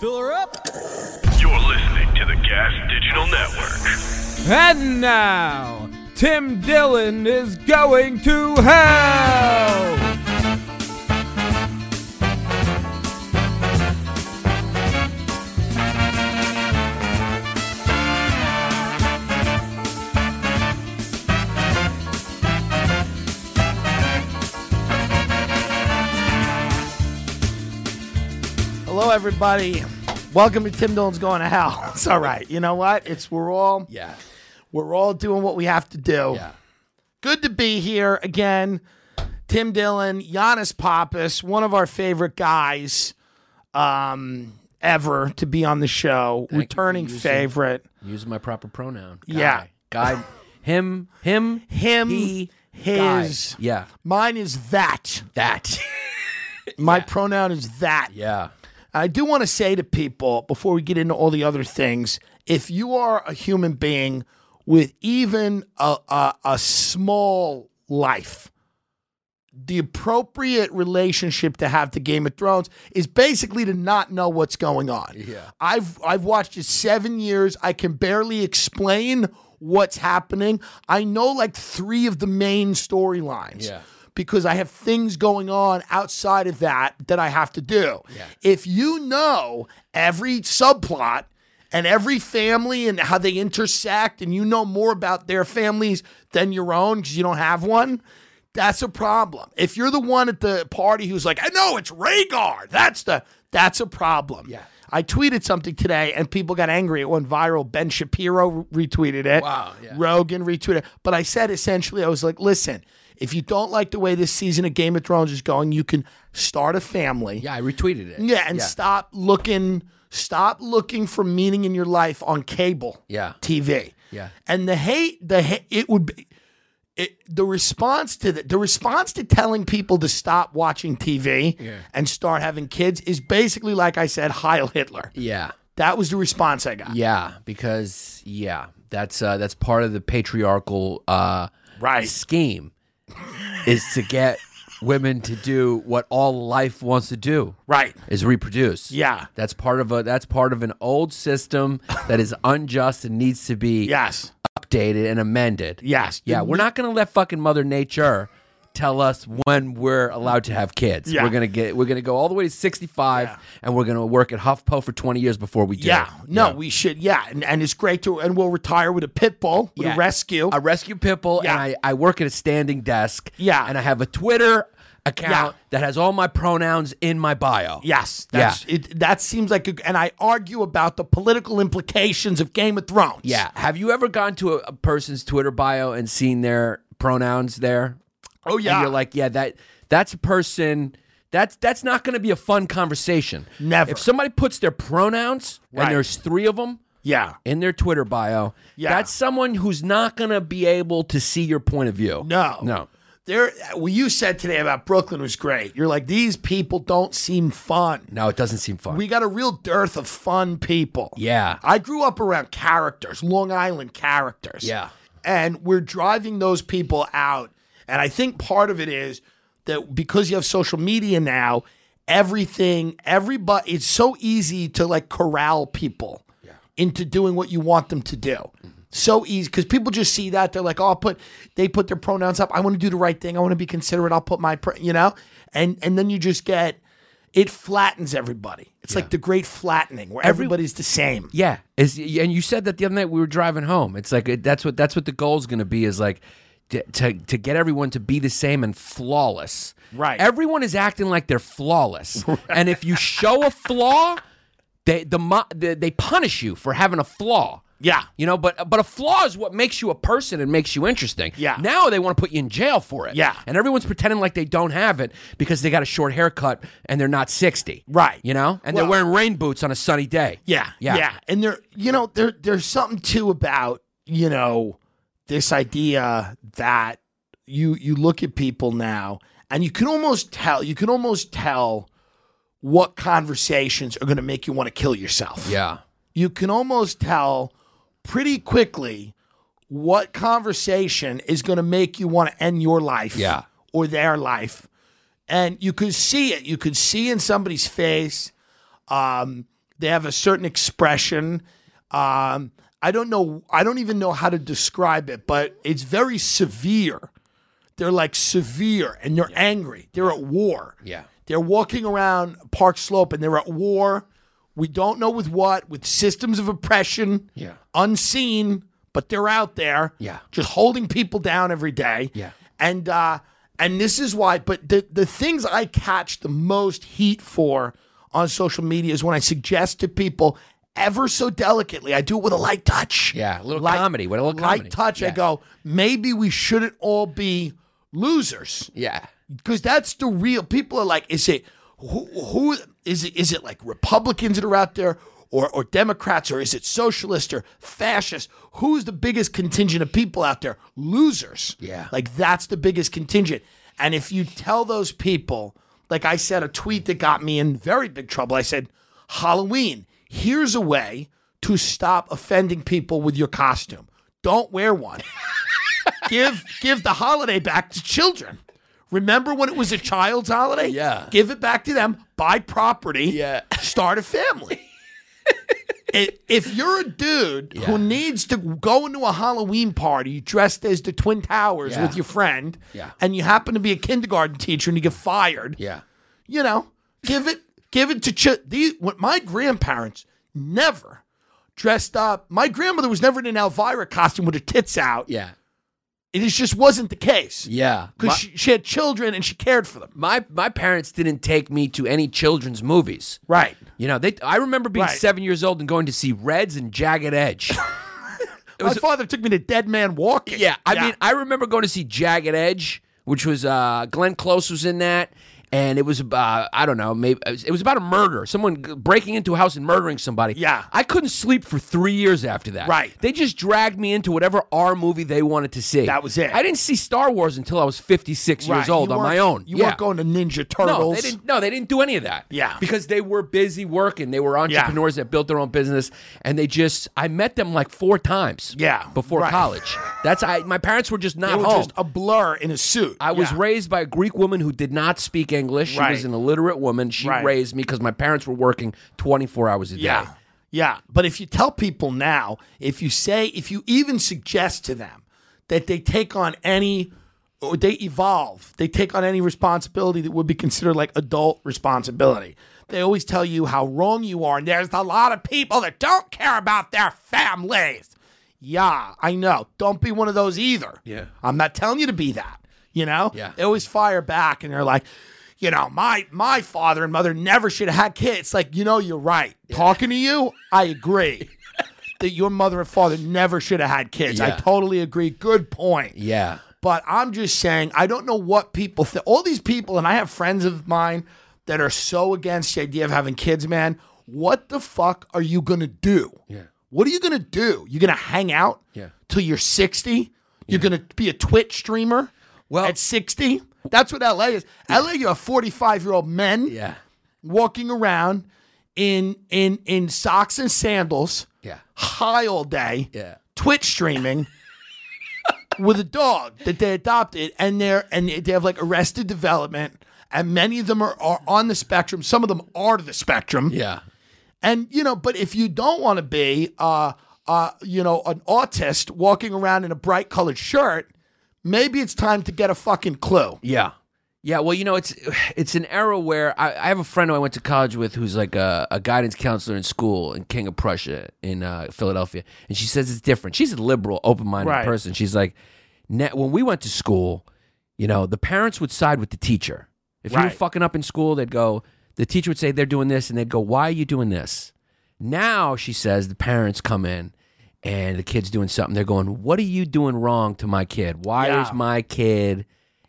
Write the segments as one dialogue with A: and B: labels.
A: Fill her up.
B: You're listening to the Gas Digital Network.
A: And now, Tim Dillon is going to hell.
C: Hello, everybody. Welcome to Tim Dillon's Going to Hell. It's all right. You know what? It's we're all
A: Yeah.
C: we're all doing what we have to do. Good to be here again. Tim Dillon, Giannis Pappas, one of our favorite guys um, ever to be on the show.
D: you for
C: Returning
D: using-
C: favorite.
D: Use my proper pronoun. Guy.
C: Yeah.
D: Guy. Him. Him.
C: Him,
D: He.
C: his.
D: Guy. Yeah.
C: Mine is that.
D: That.
C: My pronoun is that.
D: yeah.
C: I do want to say to people before we get into all the other things if you are a human being with even a, a, a small life, the appropriate relationship to have to Game of Thrones is basically to not know what's going on. Yeah. I've I've watched it 7 years. I can barely explain what's happening. I know like 3 of the main storylines.
D: Yeah.
C: Because I have things going on outside of that that I have to do. If you know every subplot and every family and how they intersect, and you know more about their families than your own because you don't have one, that's a problem. If you're the one at the party who's like, "I know it's Rhaegar," that's the that's a problem.
D: Yeah.
C: I tweeted something today, and people got angry. It went viral. Ben Shapiro retweeted it.
D: Wow, yeah.
C: Rogan retweeted. it. But I said essentially, I was like, "Listen, if you don't like the way this season of Game of Thrones is going, you can start a family."
D: Yeah. I retweeted it.
C: Yeah, and
D: yeah.
C: stop looking stop looking for meaning in your life on cable.
D: Yeah.
C: TV.
D: Yeah.
C: And the hate the hate, it would be it, the response to the, the response to telling people to stop watching TV and start having kids is basically like I said Heil Hitler.
D: Yeah.
C: That was the response I got.
D: Yeah. Because yeah, that's uh, that's part of the patriarchal uh,
C: Right.
D: scheme, is to get women to do what all life wants to do.
C: Right.
D: Is reproduce.
C: Yeah.
D: That's part of a that's part of an old system that is unjust and needs to be
C: Yes.
D: updated and amended.
C: Yes.
D: Yeah, we're not going to let fucking Mother Nature tell us when we're allowed to have kids.
C: Yeah.
D: We're gonna get we're gonna go all the way to sixty five, and we're gonna work at HuffPo for twenty years before we do.
C: Yeah. No, we should. Yeah. And, and it's great to and we'll retire with a pit bull, with
D: Yeah.
C: a rescue.
D: I rescue Pipple,
C: Yeah.
D: and I I work at a standing desk.
C: Yeah.
D: and I have a Twitter account
C: Yeah.
D: that has all my pronouns in my bio.
C: Yes,
D: Yeah.
C: that's, it, that seems like, a, and I argue about the political implications of Game of Thrones.
D: Yeah. Have you ever gone to a, a person's Twitter bio and seen their pronouns there?
C: Oh yeah.
D: And you're like, yeah, that that's a person. That's that's not going to be a fun conversation.
C: Never.
D: If somebody puts their pronouns
C: Right.
D: and there's three of them
C: yeah.
D: in their Twitter bio,
C: Yeah.
D: that's someone who's not going to be able to see your point of view.
C: No.
D: No.
C: There, what you said today about Brooklyn was great. You're like, these people don't seem fun.
D: No, it doesn't seem fun.
C: We got a real dearth of fun people.
D: yeah.
C: I grew up around characters, Long Island characters.
D: Yeah.
C: And we're driving those people out. And I think part of it is that because you have social media now, everything, everybody, it's so easy to like corral people into doing what you want them to do. So easy because people just see that they're like, "Oh, I'll put." They put their pronouns up. I want to do the right thing. I want to be considerate. I'll put my, pro-, you know, and and then you just get it flattens everybody. It's like the great flattening where everybody's the same.
D: Yeah, is and you said that the other night we were driving home. It's like it, that's what that's what the goal's going to be is like to, to to get everyone to be the same and flawless.
C: Right.
D: Everyone is acting like they're flawless, and if you show a flaw, they the, mo- they they punish you for having a flaw.
C: Yeah.
D: You know, but but a flaw is what makes you a person and makes you interesting.
C: Yeah.
D: Now they want to put you in jail for it.
C: Yeah.
D: And everyone's pretending like they don't have it because they got a short haircut and they're not sixty.
C: Right.
D: You know, and
C: Well-
D: they're wearing rain boots on a sunny day.
C: Yeah, yeah,
D: Yeah.
C: And there, you know, there, there's something too about you know this idea that you you look at people now and you can almost tell you can almost tell what conversations are going to make you want to kill yourself.
D: Yeah.
C: you can almost tell pretty quickly what conversation is going to make you want to end your life
D: Yeah.
C: or their life. And you could see it. You could see in somebody's face. Um, they have a certain expression. Um, I don't know. I don't even know how to describe it, but it's very severe. They're like severe and they're angry. They're at war.
D: Yeah.
C: They're walking around Park Slope and they're at war. We don't know with what, with systems of oppression.
D: Yeah.
C: Unseen, but they're out there.
D: Yeah.
C: Just holding people down every day.
D: Yeah.
C: And uh and this is why but the the things I catch the most heat for on social media is when I suggest to people ever so delicately, I do it with a light touch.
D: Yeah, a little
C: Light-
D: comedy, with a little
C: light
D: comedy.
C: touch. I
D: Yeah.
C: go, maybe we shouldn't all be losers
D: Yeah.
C: because that's the real people are like is it who, who is it is it like republicans that are out there or, or democrats or is it socialists or fascists who's the biggest contingent of people out there losers
D: Yeah.
C: like that's the biggest contingent and if you tell those people like i said a tweet that got me in very big trouble i said halloween here's a way to stop offending people with your costume don't wear one give give the holiday back to children. Remember when it was a child's holiday?
D: Yeah.
C: Give it back to them. Buy property.
D: Yeah.
C: Start a family. I- if you're a dude who needs to go into a Halloween party dressed as the Twin Towers
D: Yeah.
C: with your friend,
D: Yeah.
C: and you happen to be a kindergarten teacher and you get fired,
D: Yeah.
C: you know, give it, give it to ch- these. What my grandparents never dressed up. My grandmother was never in an Elvira costume with her tits out.
D: Yeah.
C: It is- just wasn't the case.
D: Yeah.
C: Because she, she had children and she cared for them.
D: my my parents didn't take me to any children's movies.
C: Right.
D: You know, they I remember being
C: Right.
D: 7 years old and going to see Reds and Jagged Edge.
C: My father took me to Dead Man Walking.
D: yeah, I mean, I remember going to see Jagged Edge, which was uh Glenn Close was in that and it was uh, I don't know, maybe it was- it was about a murder, someone g- breaking into a house and murdering somebody.
C: Yeah.
D: I couldn't sleep for 3 years after that.
C: Right.
D: They just dragged me into whatever R movie they wanted to see.
C: That was it.
D: I didn't see Star Wars until I was 56 years old on my own.
C: You
D: yeah.
C: weren't going to Ninja
D: No,
C: Turtles.
D: they didn't. No, they didn't do any of that.
C: Yeah.
D: because they were busy working. They were entrepreneurs that built their own business, and they just. I met them like four times.
C: Yeah,
D: before
C: right.
D: college. That's I. My parents were just
C: They
D: not
C: were
D: home.
C: just a blur in a suit.
D: I was
C: Yeah.
D: raised by a Greek woman who did not speak English. She
C: Right.
D: was an illiterate woman. She
C: Right.
D: raised me because my parents were working twenty four hours a day.
C: Yeah. Yeah. But if you tell people now, if you say, if you even suggest to them that they take on any, or they evolve, they take on any responsibility that would be considered like adult responsibility. They always tell you how wrong you are. And there's a lot of people that don't care about their families. Yeah, I know. Don't be one of those either.
D: Yeah.
C: I'm not telling you to be that. You know?
D: Yeah.
C: They always fire back and they're like, you know, my my father and mother never should have had kids. Like, you know, you're right. Talking to you, I agree. that your mother and father never should have had kids. I
D: Yeah.
C: totally agree. Good point.
D: yeah,
C: But I'm just saying, I don't know what people think. All these people, and I have friends of mine that are so against the idea of having kids, man. What the fuck are you gonna do? Yeah. What are you gonna do? You're gonna hang out
D: Yeah.
C: till you're 60? You're gonna be a Twitch streamer
D: Well-
C: at 60? That's what LA is. LA, you have 45 year old men
D: yeah,
C: walking around in in in socks and sandals
D: yeah.
C: high all day,
D: Yeah.
C: Twitch streaming with a dog that they adopted, and they're and they have like arrested development, and many of them are, are on the spectrum. Some of them are to the spectrum,
D: Yeah.
C: and you know, but if you don't want to be, uh, uh, you know, an autist walking around in a bright colored shirt, maybe it's time to get a fucking clue.
D: Yeah. Yeah, well, you know, it's it's an era where I, I have a friend who I went to college with who's like a, a guidance counselor in school in King of Prussia in uh, Philadelphia, and she says it's different. She's a liberal, open minded
C: Right.
D: person. She's like, "Ne- when we went to school, you know, the parents would side with the teacher. If you were
C: Right.
D: fucking up in school, they'd go. The teacher would say they're doing this, and they'd go, "Why are you doing this?" Now she says the parents come in and the kid's doing something, they're going, "What are you doing wrong to my kid? Why
C: Yeah.
D: is my kid?"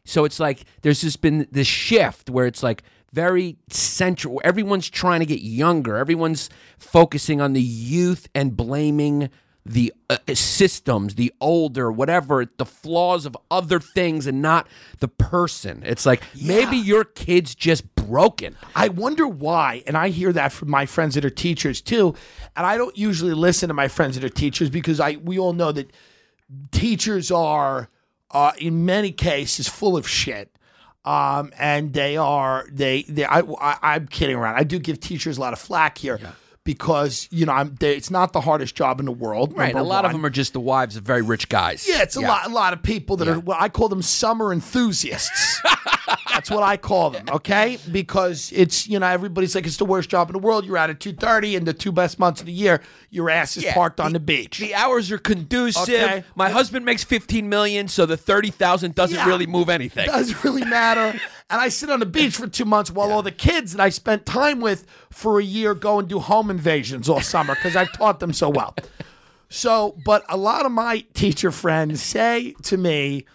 D: So it's like there's just been this shift where it's like very central. Everyone's trying to get younger. Everyone's focusing on the youth and blaming the uh, systems, the older, whatever, the flaws of other things, and not the person. It's like maybe your kid's just broken.
C: I wonder why, and I hear that from my friends that are teachers too. And I don't usually listen to my friends that are teachers because I we all know that teachers are uh, in many cases full of shit. Um, and they are they they I, I am kidding around. I do give teachers a lot of flack here because you know I'm they, it's not the hardest job in the world.
D: Right. And a
C: number
D: lot of
C: one.
D: them are just the wives of very rich guys.
C: Yeah, it's a lot. A lot of people that are. Well, I call them summer enthusiasts. That's what I call them. Okay, because it's you know everybody's like it's the worst job in the world. You're out at two thirty, and the two best months of the year, your ass is
D: Yeah,
C: parked on the beach.
D: The hours are conducive.
C: Okay.
D: My husband makes 15 million, so the 30,000 doesn't
C: Yeah.
D: really move anything.
C: doesn't really matter. And I sit on the beach for two months while all the kids that I spent time with for a year go and do home invasions all summer because I've taught them so well. So, but a lot of my teacher friends say to me,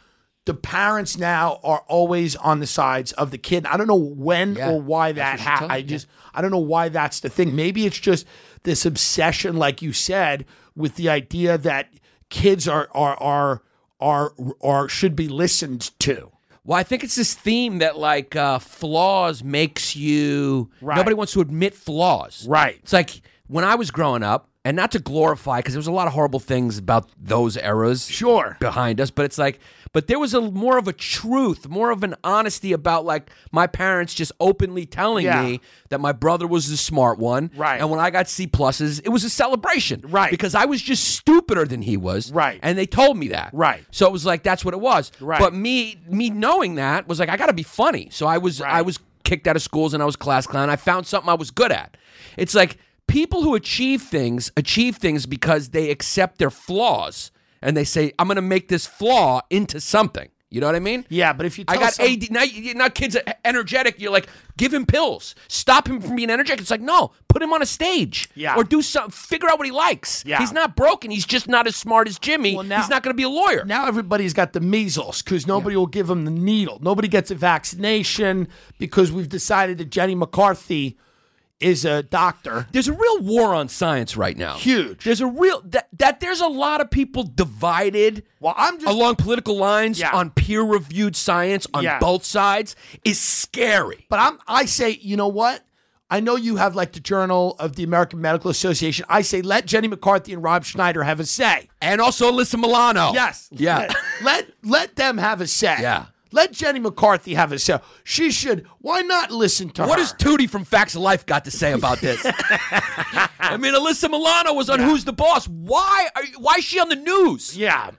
C: the parents now are always on the sides of the kid. I don't know when
D: Yeah,
C: or why that
D: that's what she
C: happened.
D: told
C: I
D: me, yeah.
C: just, I don't know why that's the thing. Maybe it's just this obsession, like you said, with the idea that kids are, are, are, are, are should be listened to.
D: Well, I think it's this theme that like uh, flaws makes you.
C: Right.
D: Nobody wants to admit flaws.
C: Right.
D: It's like when I was growing up, and not to glorify, because there was a lot of horrible things about those eras.
C: Sure.
D: behind us, but it's like, but there was a more of a truth, more of an honesty about like my parents just openly telling
C: Yeah.
D: me that my brother was the smart one,
C: Right.
D: And when I got C pluses, it was a celebration,
C: Right.
D: Because I was just stupider than he was,
C: Right.
D: And they told me that,
C: Right.
D: So it was like that's what it was,
C: Right.
D: But me, me knowing that was like I got to be funny, so I was, I
C: Right.
D: was kicked out of schools and I was class clown. I found something I was good at. It's like people who achieve things achieve things because they accept their flaws and they say, "I'm going to make this flaw into something." You know what I mean?
C: Yeah, but if you
D: I
C: tell
D: got
C: some-
D: AD. Now, you- now kids are energetic. You're like, give him pills. Stop him from being energetic. It's like, no, put him on a stage.
C: Yeah.
D: Or do something. Figure out what he likes.
C: Yeah.
D: He's not broken. He's just not as smart as Jimmy.
C: Well, now-
D: He's not going to be a lawyer.
C: Now everybody's got the measles because nobody will give them the needle. Nobody gets a vaccination because we've decided that Jenny McCarthy is a doctor.
D: there's a real war on science right now.
C: Huge.
D: There's a real that, that there's a lot of people divided
C: Well, I'm just-
D: along political lines
C: Yeah.
D: on peer-reviewed science on
C: Yeah.
D: both sides is scary.
C: But I'm I say, you know what? I know you have like the Journal of the American Medical Association. I say let Jenny McCarthy and Rob Schneider have a say.
D: And also Alyssa Milano.
C: Yes.
D: Oh, Yeah.
C: Let let them have a say.
D: Yeah.
C: Let Jenny McCarthy have a say. She should. Why not listen to
D: What
C: her?
D: has Tootie from Facts of Life got to say about this? I mean, Alyssa Milano was on Who's the Boss. Why are you, why is she on the news?
C: Yeah.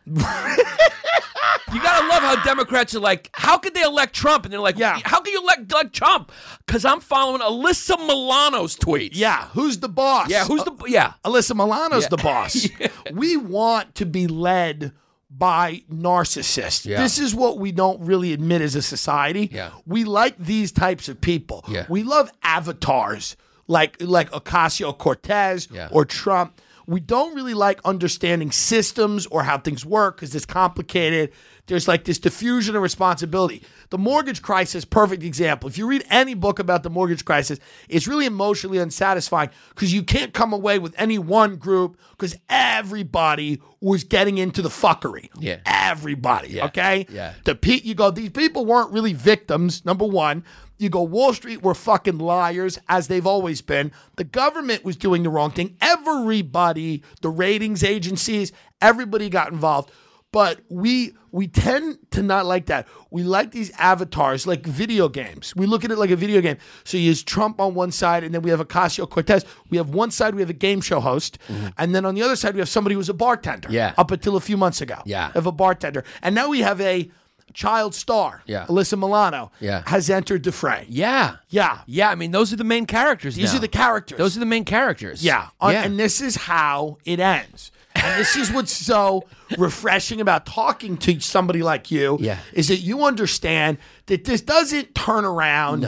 D: You gotta love how Democrats are like, how could they elect Trump? And they're like,
C: Yeah.
D: how can you elect, elect Trump? Because I'm following Alyssa Milano's tweets.
C: Yeah. Who's the boss? Uh,
D: Yeah, who's the yeah?
C: Alyssa Milano's
D: Yeah.
C: the boss. We want to be led by narcissists.
D: Yeah.
C: This is what we don't really admit as a society.
D: Yeah.
C: We like these types of people.
D: Yeah.
C: We love avatars like like Ocasio Cortez
D: Yeah.
C: or Trump. We don't really like understanding systems or how things work because it's complicated. There's like this diffusion of responsibility. The mortgage crisis, perfect example. If you read any book about the mortgage crisis, it's really emotionally unsatisfying because you can't come away with any one group because everybody was getting into the fuckery.
D: Yeah.
C: Everybody. Okay?
D: Yeah.
C: The Pete, you go, these people weren't really victims, number one. You go, Wall Street were fucking liars, as they've always been. The government was doing the wrong thing. Everybody, the ratings agencies, everybody got involved. But we we tend to not like that. We like these avatars, like video games. We look at it like a video game. So you use Trump on one side, and then we have Ocasio Cortez. We have one side, we have a game show host, and then on the other side, we have somebody who's a bartender.
D: Mm-hmm. Yeah.
C: Up until a few months ago
D: Yeah.
C: of a bartender. And now we have a child star.
D: Yeah.
C: Alyssa Milano
D: Yeah.
C: has entered the fray.
D: Yeah.
C: Yeah.
D: Yeah, I mean those are the main characters.
C: These
D: now.
C: are the characters.
D: Those are the main characters.
C: yeah. On- And this is how it ends. And this is what's so refreshing about talking to somebody like you
D: Yeah.
C: is that you understand that this doesn't turn around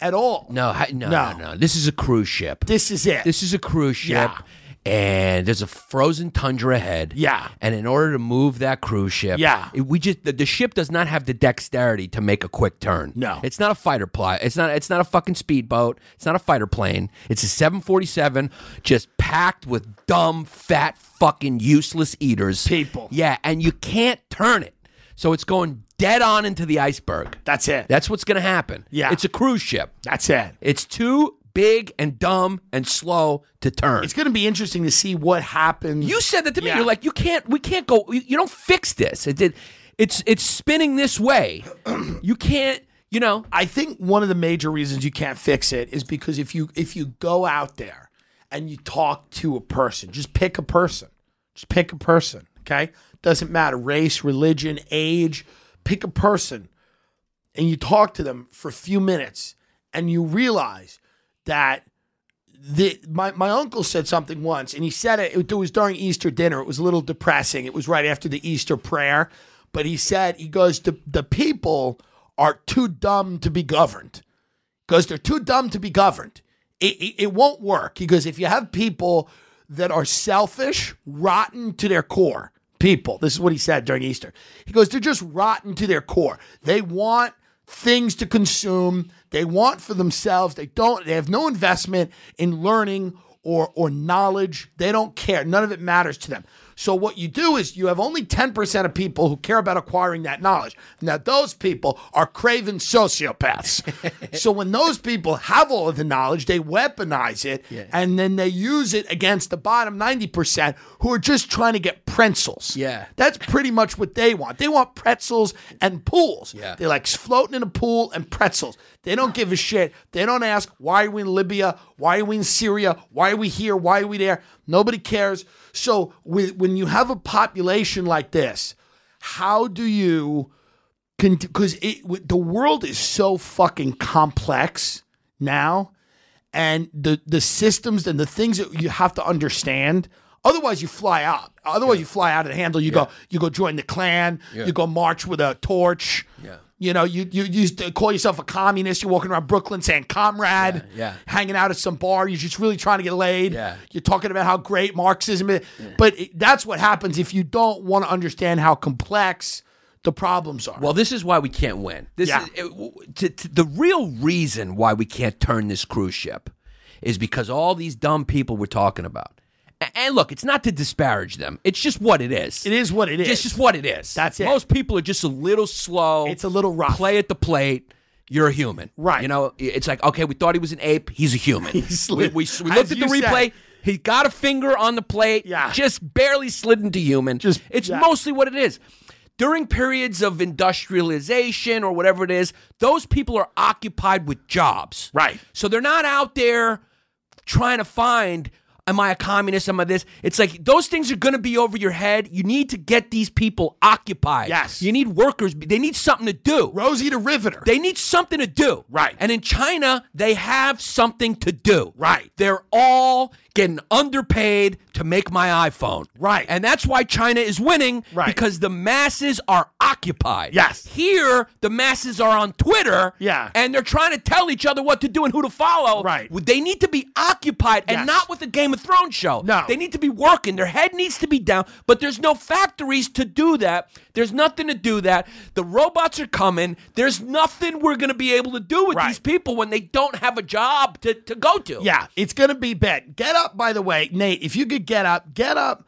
C: at all.
D: no, hi- no,
C: No.
D: no, no, This is a cruise ship.
C: This is it.
D: This is a cruise ship.
C: Yeah.
D: and there's a frozen tundra ahead.
C: Yeah.
D: And in order to move that cruise ship,
C: Yeah.
D: it- we just the, the ship does not have the dexterity to make a quick turn.
C: No.
D: it's not a fighter plot. It's not. It's not a fucking speedboat. It's not a fighter plane. It's a 747, just packed with dumb, fat, fucking useless eaters.
C: People.
D: Yeah, and you can't turn it, so it's going dead on into the iceberg.
C: That's it.
D: That's what's going to happen.
C: Yeah.
D: it's a cruise ship.
C: That's it.
D: It's too big and dumb and slow to turn.
C: It's going to be interesting to see what happens.
D: You said that to me.
C: Yeah.
D: You're like, you can't. We can't go. You, you don't fix this. It did. It's it's spinning this way. you can't. You know.
C: I think one of the major reasons you can't fix it is because if you if you go out there and you talk to a person, just pick a person. Just pick a person, okay? Doesn't matter race, religion, age, pick a person and you talk to them for a few minutes and you realize that the, my, my uncle said something once, and he said it, it was during Easter dinner. It was a little depressing. It was right after the Easter prayer. But he said, he goes, the, the people are too dumb to be governed. Because they're too dumb to be governed. It, it, it won't work. He goes, if you have people that are selfish, rotten to their core, people, this is what he said during Easter. He goes, they're just rotten to their core. They want things to consume. They want for themselves. They don't. They have no investment in learning or or knowledge. They don't care. None of it matters to them. So what you do is you have only ten percent of people who care about acquiring that knowledge. Now those people are craven sociopaths. so when those people have all of the knowledge, they weaponize it and then they use it against the bottom ninety percent who are just trying to get pretzels.
D: Yeah.
C: That's pretty much what they want. They want pretzels and pools.
D: Yeah.
C: They like floating in a pool and pretzels. They don't give a shit. They don't ask, why are we in Libya? Why are we in Syria? Why are we here? Why are we there? Nobody cares. So with, when you have a population like this, how do you because it w- the world is so fucking complex now and the the systems and the things that you have to understand otherwise you fly out otherwise you fly out of the handle you go you go join the clan you go march with a torch
D: Yeah.
C: you know you you used to call yourself a communist you're walking around Brooklyn saying comrade
D: Yeah, yeah.
C: hanging out at some bar you're just really trying to get laid
D: Yeah.
C: you're talking about how great Marxism is but it, that's what happens if you don't want to understand how complex the problems are
D: Well, this is why we can't win. This
C: Yeah.
D: is it, w- to, to, the real reason why we can't turn this cruise ship is because all these dumb people we're talking about. A- And, look, it's not to disparage them. It's just what it is.
C: It is what it is.
D: It's just what it is.
C: That's it.
D: Most people are just a little slow.
C: It's a little rough.
D: Play at the plate. You're a human,
C: Right.
D: You know, it's like okay, we thought he was an ape. He's a human.
C: He's
D: we,
C: li-
D: we, we
C: as
D: looked at the
C: you said.
D: replay. He got a finger on the plate.
C: Yeah.
D: just barely slid into human.
C: Just-
D: it's
C: yeah.
D: mostly what it is. During periods of industrialization or whatever it is, those people are occupied with jobs.
C: Right.
D: So they're not out there trying to find am I a communist? Am I this? It's like those things are going to be over your head. You need to get these people occupied.
C: Yes.
D: You need workers. They need something to do.
C: Rosie the Riveter.
D: They need something to do.
C: Right.
D: And in China, they have something to do.
C: Right.
D: They're all getting underpaid to make my iPhone.
C: Right.
D: And that's why China is winning.
C: Right.
D: Because the masses are occupied.
C: Yes.
D: Here, the masses are on Twitter.
C: Yeah.
D: And they're trying to tell each other what to do and who to follow.
C: Right.
D: They need to be occupied and
C: Yes.
D: not with a Game of Thrones show.
C: No.
D: They need to be working. Their head needs to be down, but there's no factories to do that. There's nothing to do that. The robots are coming. There's nothing we're going to be able to do with
C: Right.
D: these people when they don't have a job to, to go to.
C: yeah, it's gonna be bad. Get up, by the way, Nate. If you could get up, get up.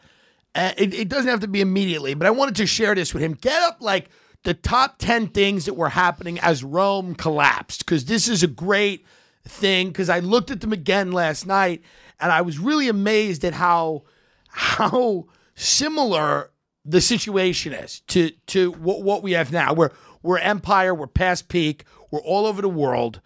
C: Uh, it, it doesn't have to be immediately, but I wanted to share this with him. Get up, like the top ten things that were happening as Rome collapsed, because this is a great thing. Because I looked at them again last night, and I was really amazed at how how similar the situation is to to what, what we have now. We're we're empire, we're past peak, we're all over the world.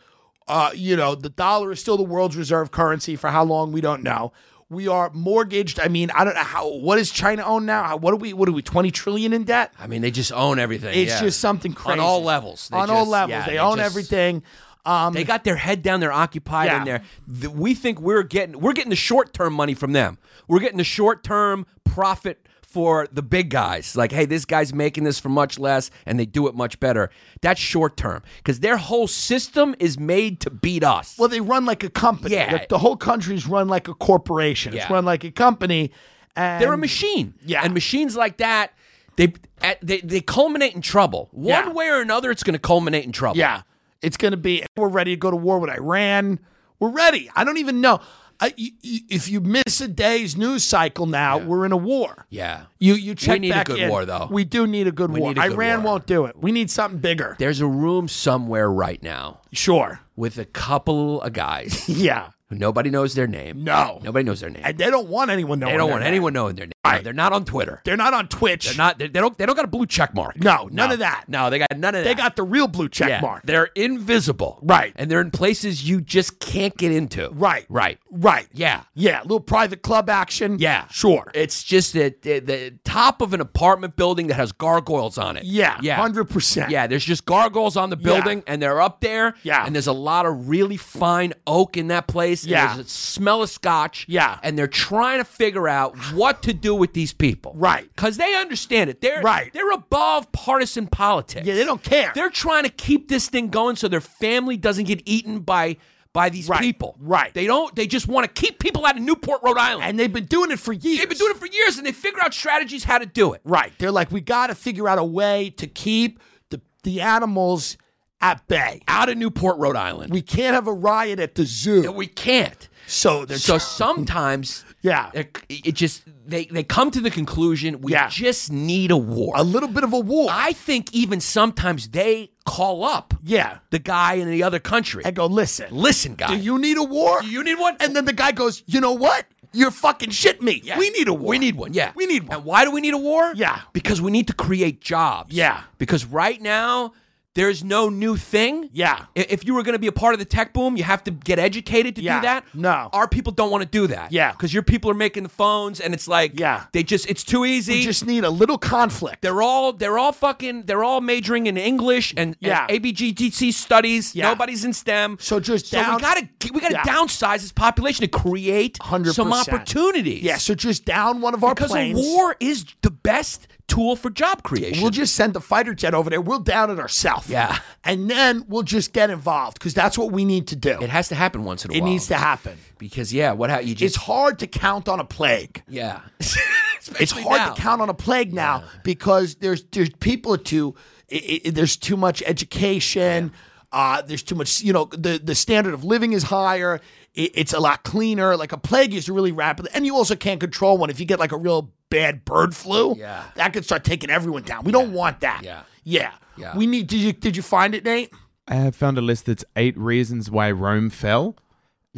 C: Uh, you know, the dollar is still the world's reserve currency for how long we don't know. We are mortgaged. I mean, I don't know how. What does China own now? How- What are we? What are we? Twenty trillion in debt?
D: I mean, they just own everything.
C: It's
D: yeah.
C: just something crazy
D: On all levels. They
C: on all
D: just-
C: levels,
D: yeah,
C: they, own
D: just-
C: everything. Um,
D: They got their head down. They're occupied,
C: Yeah.
D: and they're. th- we think we're getting we're getting the short term money from them. We're getting the short term profit for the big guys. Like, hey, this guy's making this for much less and they do it much better. That's short term because their whole system is made to beat us.
C: Well, they run like a company.
D: Yeah.
C: The, the whole country's run like a corporation. It's
D: Yeah.
C: run like a company. And
D: They're a machine.
C: Yeah.
D: And machines like that, they at, they, they culminate in trouble. One
C: Yeah.
D: way or another, it's going to culminate in trouble.
C: Yeah. It's going to be, we're ready to go to war with Iran. We're ready. I don't even know. I, y- y- if you miss a day's news cycle now, we're in a war.
D: Yeah.
C: You you check
D: need a
C: back
D: good
C: in.
D: war, though.
C: We do need a good war.
D: need a good
C: Iran
D: war.
C: won't do it. We need something bigger.
D: There's a room somewhere right now
C: Sure.
D: with a couple of guys
C: Yeah.
D: who nobody knows their name.
C: No.
D: Nobody knows their name.
C: And they don't want anyone knowing.
D: they don't
C: their
D: want
C: name.
D: anyone knowing their name. No, they're not on Twitter.
C: They're not on Twitch.
D: They're not. They, they don't. They don't got a blue check mark.
C: No, none of that.
D: No, they got none of
C: They
D: that.
C: got the real blue check
D: Yeah,
C: mark.
D: They're invisible.
C: Right.
D: And they're in places you just can't get into.
C: Right.
D: Right.
C: Right.
D: Yeah.
C: Yeah. Little private club action.
D: Yeah.
C: Sure.
D: It's just the, the, the top of an apartment building that has gargoyles on it.
C: yeah.
D: Yeah.
C: 100%.
D: Yeah, there's just gargoyles on the building, and they're up there.
C: Yeah.
D: and there's a lot of really fine oak in that place. and
C: Yeah.
D: there's a smell of scotch.
C: Yeah.
D: and they're trying to figure out what to do with these people.
C: Right.
D: because they understand it. They're
C: Right.
D: They're above partisan politics.
C: Yeah. They don't care.
D: They're trying to keep this thing going so their family doesn't get eaten by by these
C: Right,
D: people.
C: right.
D: They don't. They just want to keep people out of Newport, Rhode Island.
C: and they've been doing it for years.
D: They've been doing it for years, and they figure out strategies how to do it.
C: Right. They're like, we got to figure out a way to keep the, the animals at bay.
D: Out of Newport, Rhode Island.
C: We can't have a riot at the zoo.
D: we can't.
C: so they're
D: So sometimes,
C: Yeah.
D: it, it just they they come to the conclusion we
C: Yeah.
D: just need a war.
C: a little bit of a war.
D: I think even sometimes they call up
C: yeah.
D: the guy in the other country.
C: And go, listen,
D: Listen, guy,
C: do you need a war?
D: do you need one?
C: and then the guy goes, you know what? You're fucking shit me.
D: Yeah.
C: We need a war.
D: We need one. Yeah,
C: We need one.
D: And why do we need a war?
C: Yeah.
D: because we need to create jobs.
C: Yeah.
D: because right now there's no new thing.
C: Yeah.
D: I- If you were going to be a part of the tech boom, you have to get educated to
C: Yeah.
D: do that.
C: No.
D: Our people don't want to do that.
C: Yeah.
D: Because your people are making the phones and it's like,
C: Yeah.
D: they just, it's too easy.
C: We just need a little conflict.
D: They're all they're all fucking they're all majoring in English and, and
C: Yeah.
D: ABGTC studies.
C: Yeah.
D: Nobody's in STEM.
C: So just
D: so
C: down-
D: we gotta we gotta
C: Yeah.
D: downsize this population to create
C: 100%.
D: some opportunities.
C: Yeah, so just down one of our
D: because
C: planes.
D: a war is the best tool for job creation.
C: We'll just send the fighter jet over there. We'll down it ourselves.
D: Yeah.
C: And then we'll just get involved because that's what we need to do.
D: it has to happen once in a
C: It
D: while.
C: needs to happen.
D: because yeah, what how you
C: It's
D: just
C: hard to count on a plague.
D: yeah.
C: It's
D: Especially
C: hard
D: now.
C: to count on a plague now because there's there's people are too i i there's too much education. Uh, there's too much, you know, the, the standard of living is higher. It, it's a lot cleaner. Like a plague is really rapid. And you also can't control one. If you get like a real bad bird flu,
D: Yeah.
C: that could start taking everyone down. We don't want that.
D: Yeah.
C: Yeah.
D: Yeah.
C: We need, did you, did you find it, Nate?
E: I have found a list that's eight reasons why Rome fell,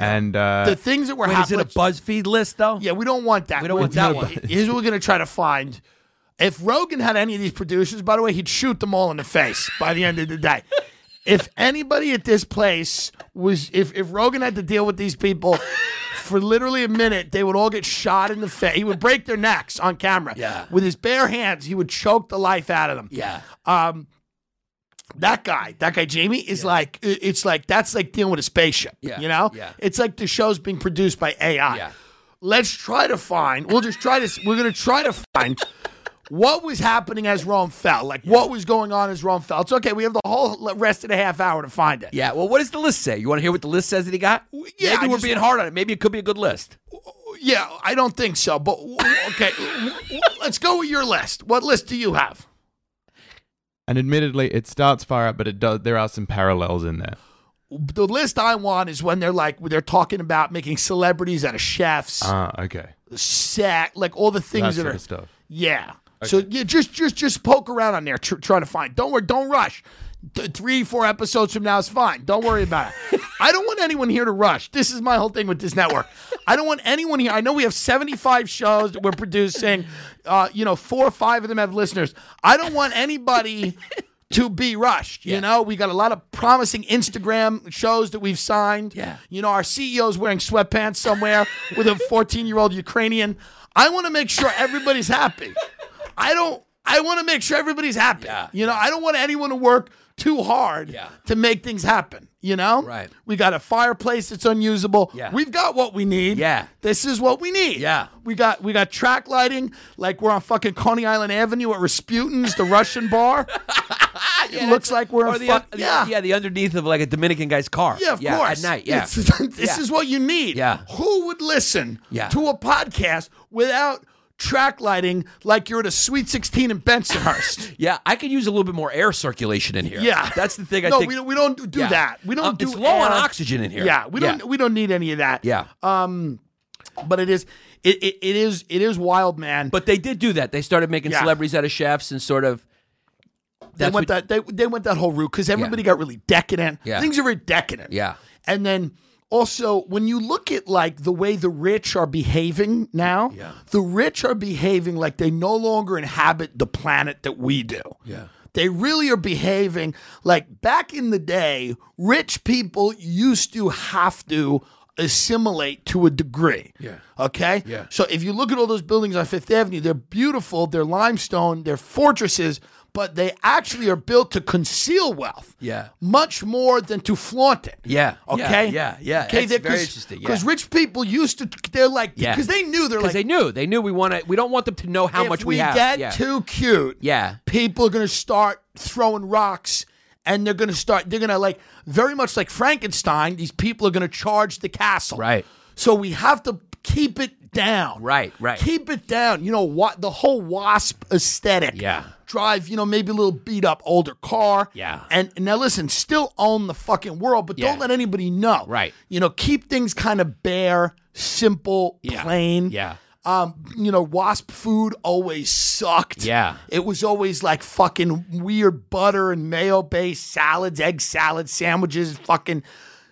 E: and uh,
C: The things that were
D: Wait, is
C: happening.
D: it a BuzzFeed list though?
C: Yeah, we don't want that.
D: We don't want that one.
C: Here's what we're gonna try to find. If Rogan had any of these producers, by the way, he'd shoot them all in the face by the end of the day. If anybody at this place was, if, if Rogan had to deal with these people for literally a minute, they would all get shot in the face. He would break their necks on camera.
D: Yeah.
C: With his bare hands, he would choke the life out of them
D: Yeah.
C: that guy, that guy Jamie, is like i- it's like that's like dealing with a spaceship.
D: Yeah,
C: You know?
D: yeah.
C: It's like the show's being produced by AI.
D: Yeah.
C: Let's try to find we'll just try to s- we're gonna try to find what was happening as Rome fell. Like what was going on as Rome fell. It's okay, we have the whole l- rest of the half hour to find it.
D: Yeah, well, what does the list say? You want to hear what the list says that he got?
C: yeah,
D: Maybe
C: I
D: we're
C: just-
D: being hard on it. Maybe it could be a good list.
C: Yeah, I don't think so, but w- w- okay. w- w- let's go with your list. What list do you have?
E: and admittedly, it starts far up, but it does. There are some parallels in there.
C: The list I want is when they're like they're talking about making celebrities out of chefs,
D: Uh-huh.
E: Ah, okay,
C: sack, like all the
E: that
C: things that
E: sort
C: are
E: of stuff.
C: Yeah. So yeah, just just just poke around on there, tr- trying to find. Don't worry, don't rush. Th- three, four episodes from now is fine. Don't worry about it. I don't want anyone here to rush. This is my whole thing with this network. I don't want anyone here. I know we have seventy-five shows that we're producing. Uh, you know, four or five of them have listeners. I don't want anybody to be rushed. You know, we got a lot of promising Instagram shows that we've signed.
D: Yeah.
C: You know, our CEO's wearing sweatpants somewhere with a 14 year old Ukrainian. I want to make sure everybody's happy. I don't. I want to make sure everybody's happy. You know, I don't want anyone to work too hard
D: Yeah.
C: to make things happen. You know,
D: Right.
C: We got a fireplace that's unusable.
D: Yeah.
C: We've got what we need.
D: Yeah.
C: This is what we need.
D: Yeah.
C: We got we got track lighting like we're on fucking Coney Island Avenue at Rasputin's, the Russian bar. it looks like we're
D: Or
C: in
D: the,
C: fuck,
D: the-
C: yeah.
D: yeah, the underneath of like a Dominican guy's car.
C: Yeah, of course.
D: At night, yeah.
C: It's- this
D: Yeah.
C: is what you need.
D: Yeah.
C: Who would listen
D: Yeah.
C: to a podcast without track lighting like you're at a Sweet 16 in Bensonhurst?
D: yeah, I could use a little bit more air circulation in here.
C: yeah.
D: That's the thing I
C: no,
D: think.
C: we don't, we don't do- do
D: Yeah.
C: that. We don't
D: Um,
C: do
D: it's low on
C: air.
D: oxygen in here.
C: Yeah, we don't we don't need any of that.
D: Yeah.
C: But it is it, it, it is it is wild, man.
D: But they did do that. They started making
C: Yeah.
D: celebrities out of chefs and sort of.
C: they
D: That's
C: went
D: what-
C: that they, they went that whole route because everybody got really decadent.
D: Yeah.
C: Things are very decadent.
D: Yeah.
C: And then also when you look at like the way the rich are behaving now, the rich are behaving like they no longer inhabit the planet that we do. Yeah. They really are behaving like back in the day, rich people used to have to assimilate to a degree. Yeah. Okay? Yeah. So if you look at all those buildings on Fifth Avenue, they're beautiful, they're limestone, they're fortresses, but they actually are built to conceal wealth.
D: Yeah.
C: Much more than to flaunt it.
D: Yeah, yeah,
C: Okay.
D: yeah, yeah.
C: Okay.
D: It's
C: they're-
D: very
C: cause,
D: interesting, yeah.
C: Because rich people used to, they're like,
D: Yeah.
C: because they knew they're
D: Because they
C: like,
D: knew. They knew we want to. We don't want them to know how
C: if
D: much we,
C: we,
D: have.
C: get
D: yeah.
C: too cute,
D: Yeah.
C: people are gonna start throwing rocks, and they're gonna start. They're gonna like very much like Frankenstein. These people are gonna charge the castle.
D: Right.
C: So we have to keep it down.
D: Right, right.
C: Keep it down. You know what? The whole wasp aesthetic.
D: Yeah.
C: Drive, you know, maybe a little beat up older car.
D: Yeah.
C: And, and now listen, still own the fucking world, but
D: Yeah.
C: don't let anybody know.
D: Right.
C: You know, keep things kind of bare, simple, plain.
D: Yeah.
C: Um, you know, wasp food always sucked.
D: Yeah.
C: It was always like fucking weird butter and mayo based salads, egg salad sandwiches, fucking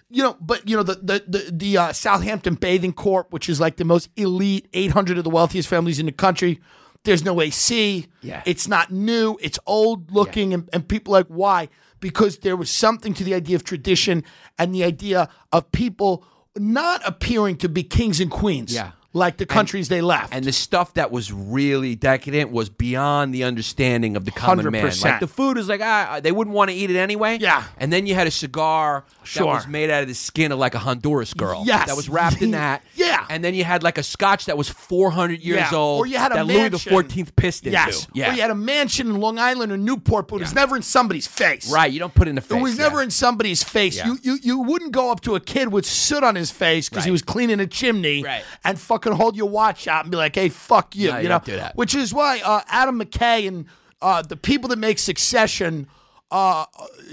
C: you know, but you know the the the, the uh, Southampton Bathing Corp, which is like the most elite, eight hundred of the wealthiest families in the country. There's no AC.
D: Yeah.
C: it's not new. It's old looking, and, and people are like why? Because there was something to the idea of tradition and the idea of people not appearing to be kings and queens.
D: Yeah.
C: like the countries they left.
D: and the stuff that was really decadent was beyond the understanding of the common man.
C: 100%.
D: Like the food is like ah, they wouldn't want to eat it anyway.
C: Yeah.
D: And then you had a cigar that
C: Sure.
D: was made out of the skin of like a Honduras girl.
C: Yes.
D: That was wrapped in that.
C: Yeah.
D: And then you had like a Scotch that was 400 years
C: Yeah.
D: old.
C: Or you had a
D: that Louis
C: mansion.
D: the 14th pissed into.
C: Yes.
D: Yeah.
C: Or you had a mansion in Long Island or Newport, but it was never in somebody's face.
D: right. You don't put it in the face.
C: It was
D: yeah.
C: never in somebody's face.
D: Yeah.
C: You, you you wouldn't go up to a kid with soot on his face because he
D: Right.
C: was cleaning a chimney
D: Right.
C: and fucking hold your watch out and be like, "Hey, fuck you,"
D: No,
C: you,
D: you
C: know.
D: don't do that.
C: Which is why uh, Adam McKay and uh, the people that make Succession uh,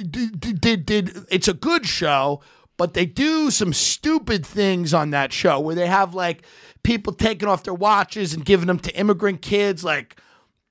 C: did, did- did did it's a good show, but they do some stupid things on that show where they have like people taking off their watches and giving them to immigrant kids, like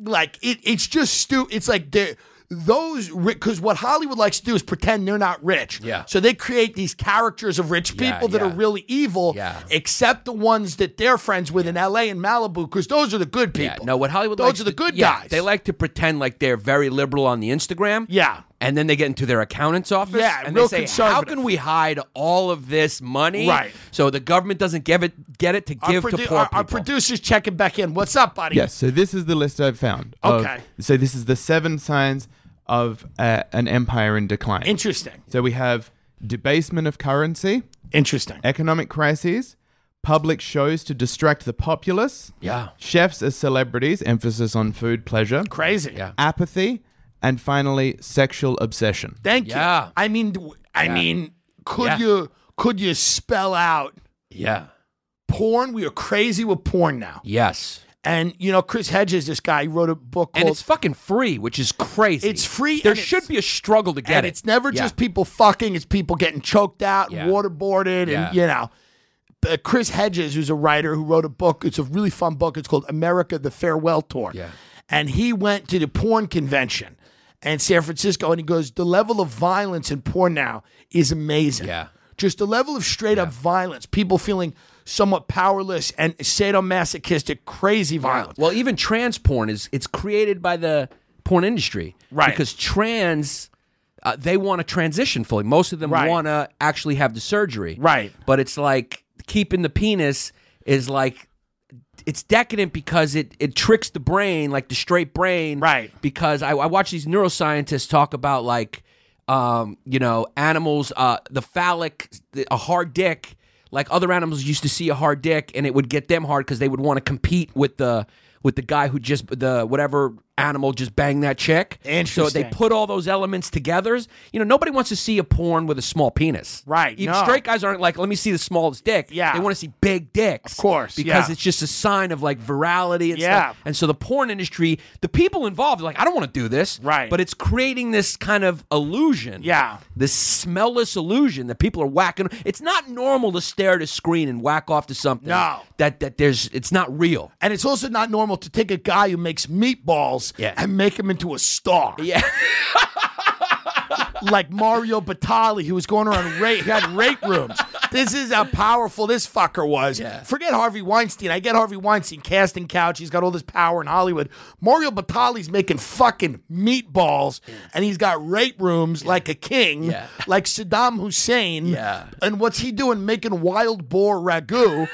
C: like it, it's just stupid. It's like they're those because what Hollywood likes to do is pretend they're not rich.
D: Yeah.
C: So they create these characters of rich people that
D: yeah.
C: are really evil.
D: Yeah.
C: Except the ones that they're friends with in L.A. and Malibu because those are the good
D: Yeah.
C: people.
D: No, what Hollywood
C: Those
D: likes
C: are the
D: to-
C: good
D: yeah,
C: guys.
D: They like to pretend like they're very liberal on the Instagram.
C: Yeah.
D: and then they get into their accountant's office
C: Yeah,
D: and
C: real
D: they say how
C: conservative.
D: can we hide all of this money
C: Right.
D: so the government doesn't give it get it to
C: Our,
D: give
C: produ-
D: to poor
C: our,
D: people
C: our producers checking back in. What's up, buddy?
E: Yes. So this is the list I've found. of-
C: Okay.
E: so this is the seven signs of uh, an empire in decline.
C: Interesting.
E: so we have debasement of currency,
C: Interesting.
E: economic crises, public shows to distract the populace,
D: yeah
E: chefs as celebrities, emphasis on food pleasure,
C: Crazy.
D: Yeah.
E: apathy, and finally sexual obsession.
C: Thank
D: Yeah.
C: you. I mean, d- I mean, could
D: Yeah.
C: you could you spell out
D: yeah
C: porn? We are crazy with porn now.
D: yes
C: And you know, Chris Hedges, this guy, he wrote a book
D: and
C: called
D: it's fucking free which is crazy
C: It's free
D: there
C: and it's-
D: should be a struggle to get
C: and
D: it
C: it's never
D: Yeah.
C: just people fucking; it's people getting choked out,
D: Yeah.
C: and waterboarded,
D: Yeah.
C: and you know. Uh, Chris Hedges, who's a writer who wrote a book, it's a really fun book. It's called America: The Farewell Tour,
D: Yeah.
C: and he went to the porn convention in San Francisco, and he goes, "The level of violence in porn now is amazing.
D: Yeah.
C: just the level of straight up violence, people feeling somewhat powerless and sadomasochistic, crazy violence.
D: well even trans porn is it's created by the porn industry
C: Right.
D: because trans uh, they want to transition fully most of them
C: Right.
D: want to actually have the surgery
C: Right.
D: but it's like keeping the penis is like it's decadent because it it tricks the brain like the straight brain
C: Right.
D: because I, I watch these neuroscientists talk about like um you know animals uh the phallic the, a hard dick like other animals used to see a hard dick and it would get them hard because they would want to compete with the with the guy who just the whatever animal just banged that chick so they
C: Interesting.
D: put all those elements together you know nobody wants to see a porn with a small penis
C: Right,
D: Even
C: no.
D: straight guys aren't like let me see the smallest dick
C: Yeah.
D: they want to see big dicks
C: Of course,
D: because
C: yeah.
D: it's just a sign of like virality and
C: Yeah.
D: stuff. And so the porn industry, the people involved, are like I don't want to do this,
C: Right.
D: But it's creating this kind of illusion,
C: Yeah.
D: this smellless illusion that people are whacking. It's not normal to stare at a screen and whack off to something.
C: No.
D: that that there's it's not real.
C: And it's also not normal to take a guy who makes meatballs
D: Yeah.
C: and make him into a star.
D: Yeah.
C: like Mario Batali, who was going around rape, he had rape rooms. This is how powerful this fucker was. Forget Harvey Weinstein. I get Harvey Weinstein casting couch. He's got all this power in Hollywood. Mario Batali's making fucking meatballs, and he's got rape rooms like a king,
D: Yeah.
C: like Saddam Hussein.
D: Yeah.
C: And what's he doing? Making wild boar ragu.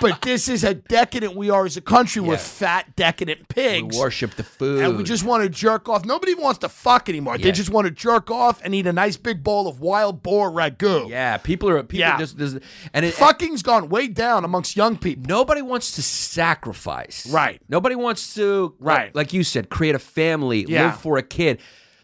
C: but this is how decadent we are as a country. We're
D: Yeah.
C: fat, decadent
D: We
C: pigs.
D: worship the food.
C: And we just want to jerk off. Nobody even wants to fuck anymore. They
D: Yeah.
C: just want to jerk off and eat a nice big bowl of wild boar ragu.
D: yeah, people are people
C: Yeah.
D: just, just and it,
C: Fucking's gone way down amongst young people.
D: Nobody wants to sacrifice.
C: Right.
D: Nobody wants to
C: Right.
D: like, like you said, create a family,
C: Yeah.
D: live for a kid.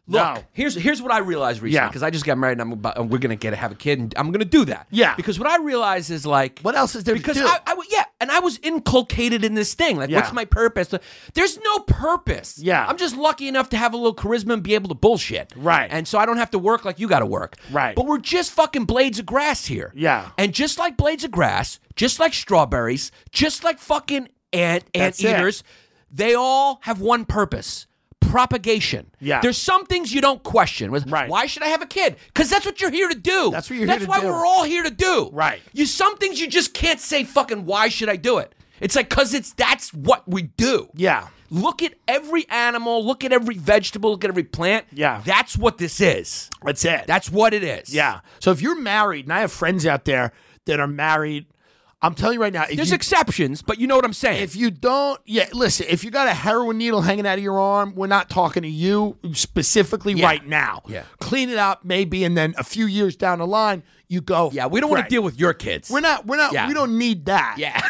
D: Look,
C: No.
D: here's here's what I realized recently
C: Yeah.
D: because I just got married and I'm about, and we're gonna get to have a kid and I'm gonna do that.
C: Yeah.
D: Because what I realized is like
C: What else is there to
D: because
C: do?
D: I, I w- yeah, and I was inculcated in this thing. Like,
C: Yeah.
D: what's my purpose? There's no purpose.
C: Yeah.
D: I'm just lucky enough to have a little charisma and be able to bullshit.
C: Right.
D: And so I don't have to work like you got to work.
C: Right.
D: But we're just fucking blades of grass here.
C: Yeah.
D: And just like blades of grass, just like strawberries, just like fucking ant ant
C: That's it.
D: eaters, they all have one purpose. Propagation.
C: Yeah.
D: There's some things you don't question. With,
C: Right.
D: Why should I have a kid? Because that's what you're here to do.
C: That's what you're
D: That's
C: here to
D: why
C: do.
D: we're all here to do.
C: Right.
D: You some things you just can't say fucking why should I do it? It's like cause it's that's what we do.
C: Yeah.
D: Look at every animal, look at every vegetable, look at every plant.
C: Yeah.
D: That's what this is.
C: That's it.
D: That's what it is.
C: yeah. So if you're married, and I have friends out there that are married, I'm telling you right now, if
D: There's
C: you,
D: exceptions, but you know what I'm saying.
C: if you don't, yeah, listen, if you got a heroin needle hanging out of your arm, we're not talking to you specifically
D: Yeah.
C: right now.
D: Yeah.
C: Clean it up maybe, and then a few years down the line, you go.
D: yeah, we don't want to deal with your kids.
C: We're not, we're not,
D: Yeah.
C: we don't need that.
D: Yeah.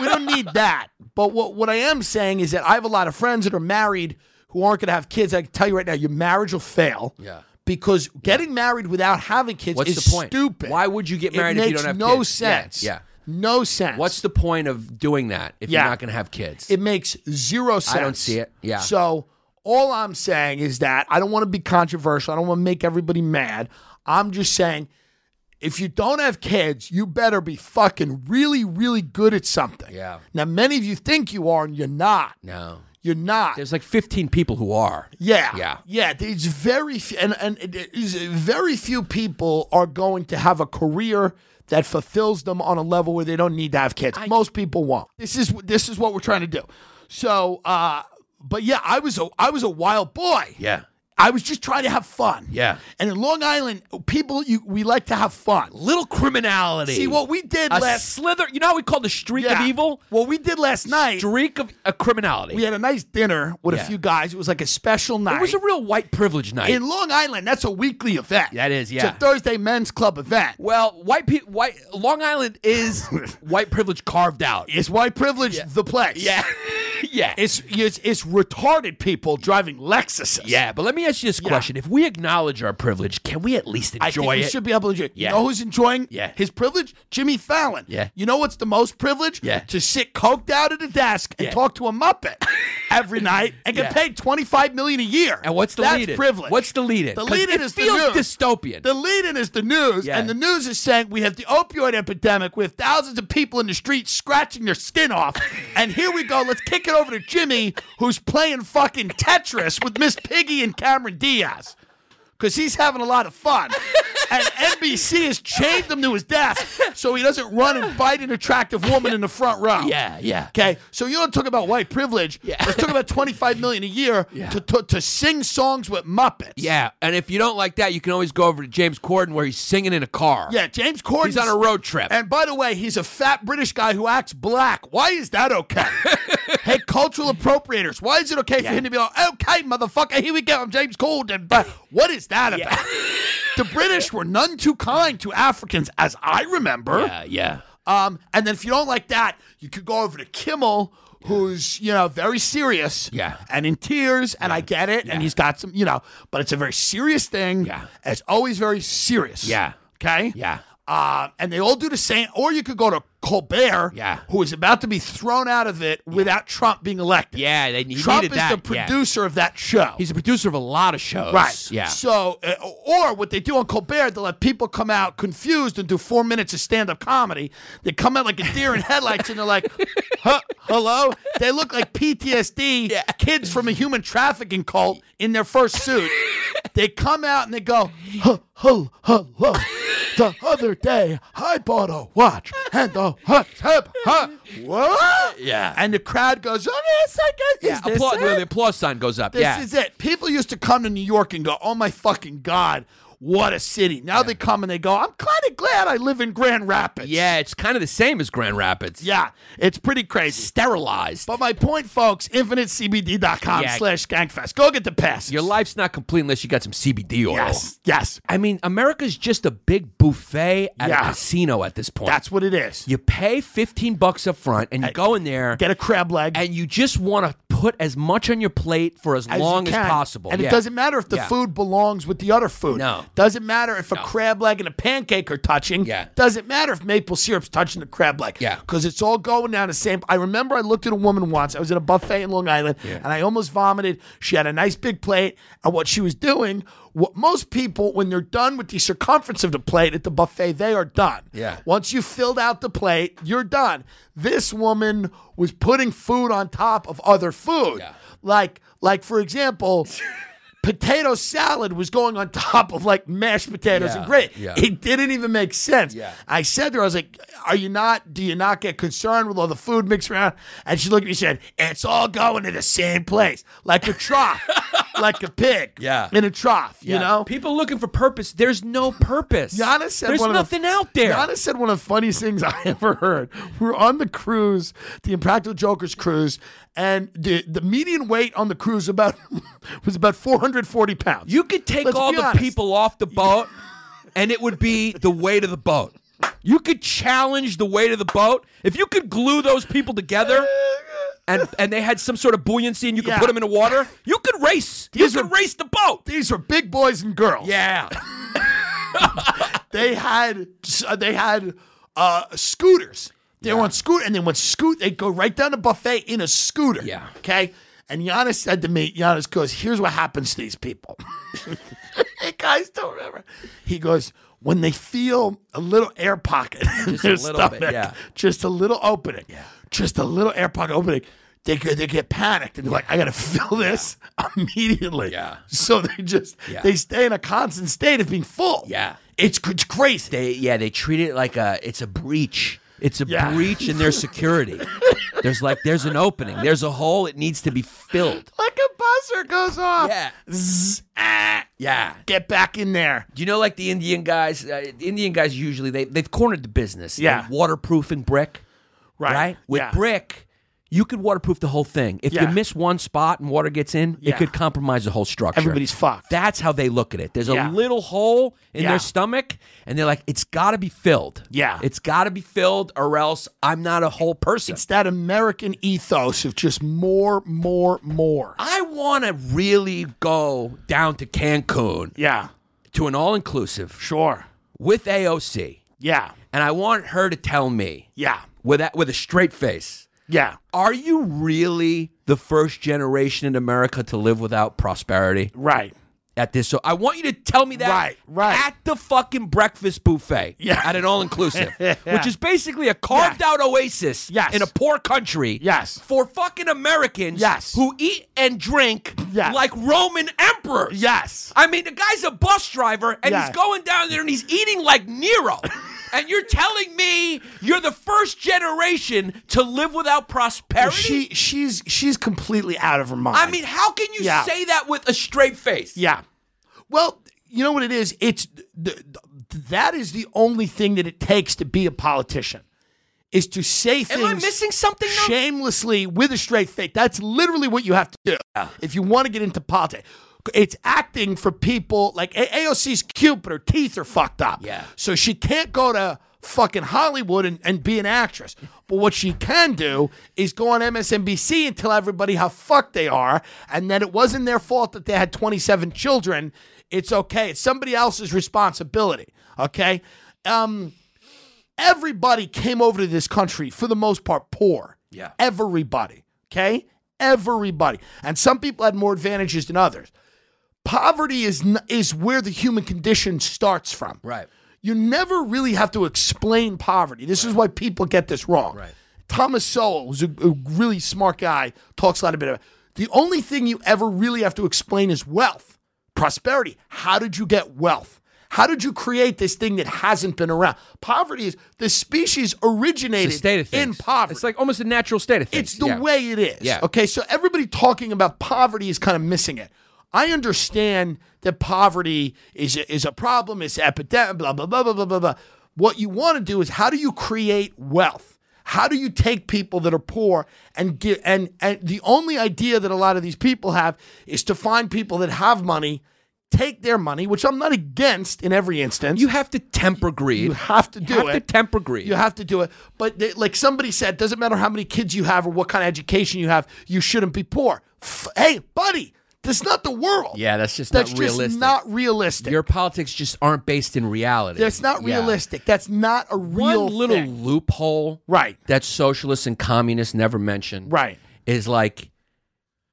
C: we don't need that. But what what I am saying is that I have a lot of friends that are married who aren't going to have kids. I can tell you right now, your marriage will fail.
D: Yeah.
C: Because getting married without having kids
D: What's
C: is
D: the point?
C: stupid.
D: Why would you get
C: It
D: married if you
C: makes
D: don't have
C: no
D: kids? Yeah,
C: sense.
D: yeah.
C: No sense.
D: What's the point of doing that if
C: Yeah.
D: you're not going to have kids?
C: It makes zero sense.
D: don't see it. Yeah.
C: So all I'm saying is that I don't want to be controversial. I don't want to make everybody mad. I'm just saying if you don't have kids, you better be fucking really, really good at something.
D: Yeah.
C: Now many of you think you are and you're not.
D: no.
C: You're not.
D: There's like 15 people who are.
C: yeah.
D: Yeah.
C: Yeah. It's very few, and, and it is very few people are going to have a career that fulfills them on a level where they don't need to have kids. Most people won't. This is this is what we're trying to do. So, uh, but yeah, I was a I was a wild boy.
D: Yeah.
C: I was just trying to have fun.
D: Yeah.
C: And in Long Island, people you we like to have fun.
D: Little criminality.
C: See what we did
D: a
C: last
D: slither. You know how we call the streak
C: yeah.
D: of evil?
C: What we did last night.
D: Streak of a criminality.
C: We had a nice dinner with a
D: Yeah.
C: few guys. It was like a special night.
D: it was a real white privilege night.
C: In Long Island, that's a weekly event.
D: That is, yeah.
C: It's a Thursday men's club event.
D: well, white people, white Long Island is white privilege carved out.
C: Is white privilege the place?
D: Yeah. yeah.
C: It's, it's it's retarded people driving Lexuses.
D: yeah, but let me ask you this question. If we acknowledge our privilege, can we at least enjoy
C: I think
D: it?
C: we should be able to enjoy.
D: Yeah.
C: You know who's enjoying
D: Yeah.
C: his privilege? Jimmy Fallon.
D: Yeah.
C: You know what's the most privilege?
D: Yeah.
C: To sit coked out at a desk and
D: Yeah.
C: talk to a Muppet every night and get
D: Yeah.
C: paid twenty five million a year.
D: And what's the
C: That's
D: lead in?
C: privilege.
D: What's the lead in?
C: The
D: 'Cause
C: lead in
D: it
C: is
D: feels
C: the news.
D: dystopian.
C: The lead in is the news,
D: Yeah.
C: and the news is saying we have the opioid epidemic. We have thousands of people in the streets scratching their skin off, and here we go. Let's kick it over to Jimmy, who's playing fucking Tetris with Miss Piggy and Cameron Diaz, because he's having a lot of fun. and NBC has chained him to his desk so he doesn't run and bite an attractive woman in the front row.
D: Yeah, yeah.
C: Okay, so you don't talk about white privilege.
D: Yeah.
C: Let's talk about twenty five million a year to, to to sing songs with Muppets.
D: Yeah, and if you don't like that, you can always go over to James Corden where he's singing in a car.
C: Yeah, James Corden.
D: He's on a road trip.
C: And by the way, he's a fat British guy who acts black. Why is that okay? hey, cultural appropriators, why is it okay for him to be like, okay, motherfucker, here we go, I'm James Corden. But what is that about? the British were none too kind to Africans, as I remember.
D: yeah, yeah.
C: Um, and then if you don't like that, you could go over to Kimmel, who's you know very serious,
D: Yeah.
C: and in tears, and I get it, and he's got some, you know, but it's a very serious thing.
D: Yeah.
C: and it's always very serious.
D: Yeah.
C: okay,
D: Yeah.
C: Uh, and they all do the same. Or you could go to Colbert,
D: Yeah.
C: who is about to be thrown out of it without Trump being elected.
D: Yeah, they- he
C: Trump is
D: needed that,
C: the
D: yeah.
C: producer of that show.
D: He's a producer of a lot of shows.
C: Right.
D: Yeah.
C: So, uh, or what they do on Colbert, they let people come out confused and do four minutes of stand up comedy. They come out like a deer in headlights and they're like, huh, hello? They look like PTSD kids from a human trafficking cult in their first suit. they come out and they go, huh, hello, hello. The other day, I bought a watch and a hot tub. Huh? What?
D: Yeah.
C: And the crowd goes, oh, yes, I guess.
D: yeah.
C: is this
D: Applaud,
C: it?"
D: the applause sign goes up.
C: This
D: yeah.
C: is it. People used to come to New York and go, "Oh my fucking god, what a city!" Now they come and they go, "I'm kind of glad I live in Grand Rapids."
D: yeah, it's kind of the same as Grand Rapids.
C: yeah, it's pretty crazy.
D: Sterilized.
C: But my point, folks, infinitecbd.com
D: Yeah.
C: slash gangfest. Go get the passes.
D: Your life's not complete unless you got some CBD oil.
C: Yes, yes,
D: I mean, America's just a big buffet at
C: Yeah.
D: a casino at this point.
C: that's what it is.
D: you pay 15 bucks up front and you go in there
C: Get a crab leg.
D: and you just want to put as much on your plate for as,
C: as you
D: long
C: can.
D: as possible.
C: And
D: Yeah.
C: it doesn't matter if the
D: Yeah.
C: food belongs with the other food.
D: No.
C: Doesn't matter if a crab leg and a pancake are touching.
D: Yeah.
C: Doesn't matter if maple syrup's touching the crab leg.
D: Yeah.
C: Because it's all going down the same. I remember I looked at a woman once. I was at a buffet in Long Island and I almost vomited. She had a nice big plate. And what she was doing, what most people, when they're done with the circumference of the plate at the buffet, they are done.
D: Yeah.
C: Once you filled out the plate, you're done. This woman was putting food on top of other food. Like like for example, potato salad was going on top of like mashed potatoes and
D: Yeah,
C: gravy.
D: yeah.
C: It didn't even make sense.
D: Yeah.
C: I said to her, I was like, Are you not, do you not get concerned with all the food mixed around? And she looked at me and said, It's all going to the same place, like a trough, like a pig
D: Yeah.
C: in a trough, you
D: Yeah.
C: know?
D: people looking for purpose. There's no purpose.
C: Giannis said
D: There's
C: one of the-
D: nothing out there.
C: Giannis said one of the funniest things I ever heard. We were on the cruise, the Impractical Jokers cruise, and the, the median weight on the cruise about was about 440 pounds.
D: you could take
C: Let's
D: all
C: be
D: the
C: honest.
D: people off the boat, and it would be the weight of the boat. You could challenge the weight of the boat if you could glue those people together. And, and they had some sort of buoyancy, and you could
C: Yeah.
D: put them in the water. You could race.
C: These
D: you
C: are-
D: could race the boat.
C: These are big boys and girls.
D: Yeah,
C: they had they had uh, scooters. They were on scoot and they went scoot. They go right down the buffet in a scooter.
D: Yeah.
C: Okay. And Giannis said to me, Giannis goes, "Here's what happens to these people." hey guys, don't remember. He goes when they feel a little air pocket in
D: Just a
C: their
D: little bit,
C: stomach,
D: yeah.
C: just a little opening, just a little air pocket opening. They get, they get panicked and they're like, I gotta fill this immediately.
D: Yeah.
C: So they just
D: Yeah.
C: they stay in a constant state of being full.
D: Yeah.
C: It's, it's crazy.
D: they yeah they treat it like a it's a breach. It's a
C: Yeah.
D: breach in their security. there's like there's an opening. There's a hole. It needs to be filled.
C: like a buzzer goes off.
D: Yeah.
C: Zzz, ah,
D: Yeah.
C: Get back in there.
D: Do you know like the Indian guys? Uh, the Indian guys usually they they've cornered the business.
C: Yeah.
D: Like, waterproofing brick, right? With
C: yeah.
D: brick, you could waterproof the whole thing. If
C: Yeah.
D: you miss one spot and water gets in,
C: Yeah.
D: it could compromise the whole structure.
C: Everybody's fucked.
D: That's how they look at it. There's
C: Yeah.
D: a little hole in
C: Yeah.
D: their stomach, and they're like, "It's got to be filled.
C: Yeah.
D: it's got to be filled, or else I'm not a whole person."
C: It's that American ethos of just more, more, more.
D: I want to really go down to Cancun
C: Yeah.
D: to an all-inclusive
C: Sure.
D: with AOC,
C: Yeah.
D: and I want her to tell me
C: Yeah.
D: with a, with a straight face.
C: Yeah.
D: Are you really the first generation in America to live without prosperity?
C: Right.
D: at this. So I want you to tell me that
C: Right, right.
D: at the fucking breakfast buffet
C: Yeah.
D: at an all inclusive,
C: Yeah.
D: which is basically a carved out oasis
C: Yes.
D: in a poor country
C: Yes.
D: for fucking Americans
C: Yes.
D: who eat and drink
C: Yes.
D: like Roman emperors.
C: Yes.
D: I mean, the guy's a bus driver and
C: Yeah.
D: he's going down there and he's eating like Nero. and you're telling me you're the first generation to live without prosperity?
C: She she's she's completely out of her mind.
D: I mean, how can you
C: Yeah.
D: say that with a straight face?
C: Yeah. Well, you know what it is? It's th- th- that is the only thing that it takes to be a politician is to say things.
D: Am I missing something? Though?
C: Shamelessly with a straight face. That's literally what you have to do if you want to get into politics. It's acting for people like A- AOC's cute, but her teeth are fucked up.
D: Yeah.
C: So she can't go to fucking Hollywood and, and be an actress. But what she can do is go on MSNBC and tell everybody how fucked they are and that it wasn't their fault that they had 27 children. It's okay. It's somebody else's responsibility. Okay. Um, everybody came over to this country for the most part poor.
D: Yeah.
C: Everybody. Okay. Everybody. And some people had more advantages than others. Poverty is n- is where the human condition starts from.
D: Right.
C: You never really have to explain poverty. This is why people get this wrong.
D: Right.
C: Thomas Sowell, who's a, a really smart guy, talks a lot about it. The only thing you ever really have to explain is wealth, prosperity. How did you get wealth? How did you create this thing that hasn't been around? Poverty is the species originated
D: It's a state of things.
C: in poverty.
D: It's like almost a natural state of things.
C: It's the
D: Yeah.
C: way it is.
D: Yeah.
C: Okay. So everybody talking about poverty is kind of missing it. I understand that poverty is a, is a problem. It's epidemic. Blah blah blah blah blah blah blah. What you want to do is how do you create wealth? How do you take people that are poor and give and and the only idea that a lot of these people have is to find people that have money, take their money, which I'm not against in every instance.
D: You have to temper greed.
C: You have to do
D: have
C: it.
D: to temper greed.
C: You have to do it. But they, like somebody said, doesn't matter how many kids you have or what kind of education you have, you shouldn't be poor. F- hey, buddy, that's not the world.
D: Yeah, that's just
C: that's
D: not
C: just
D: realistic.
C: not realistic.
D: Your politics just aren't based in reality.
C: that's not
D: Yeah.
C: realistic. That's not a real
D: One little
C: thing.
D: loophole
C: Right.
D: that socialists and communists never mention
C: Right.
D: is like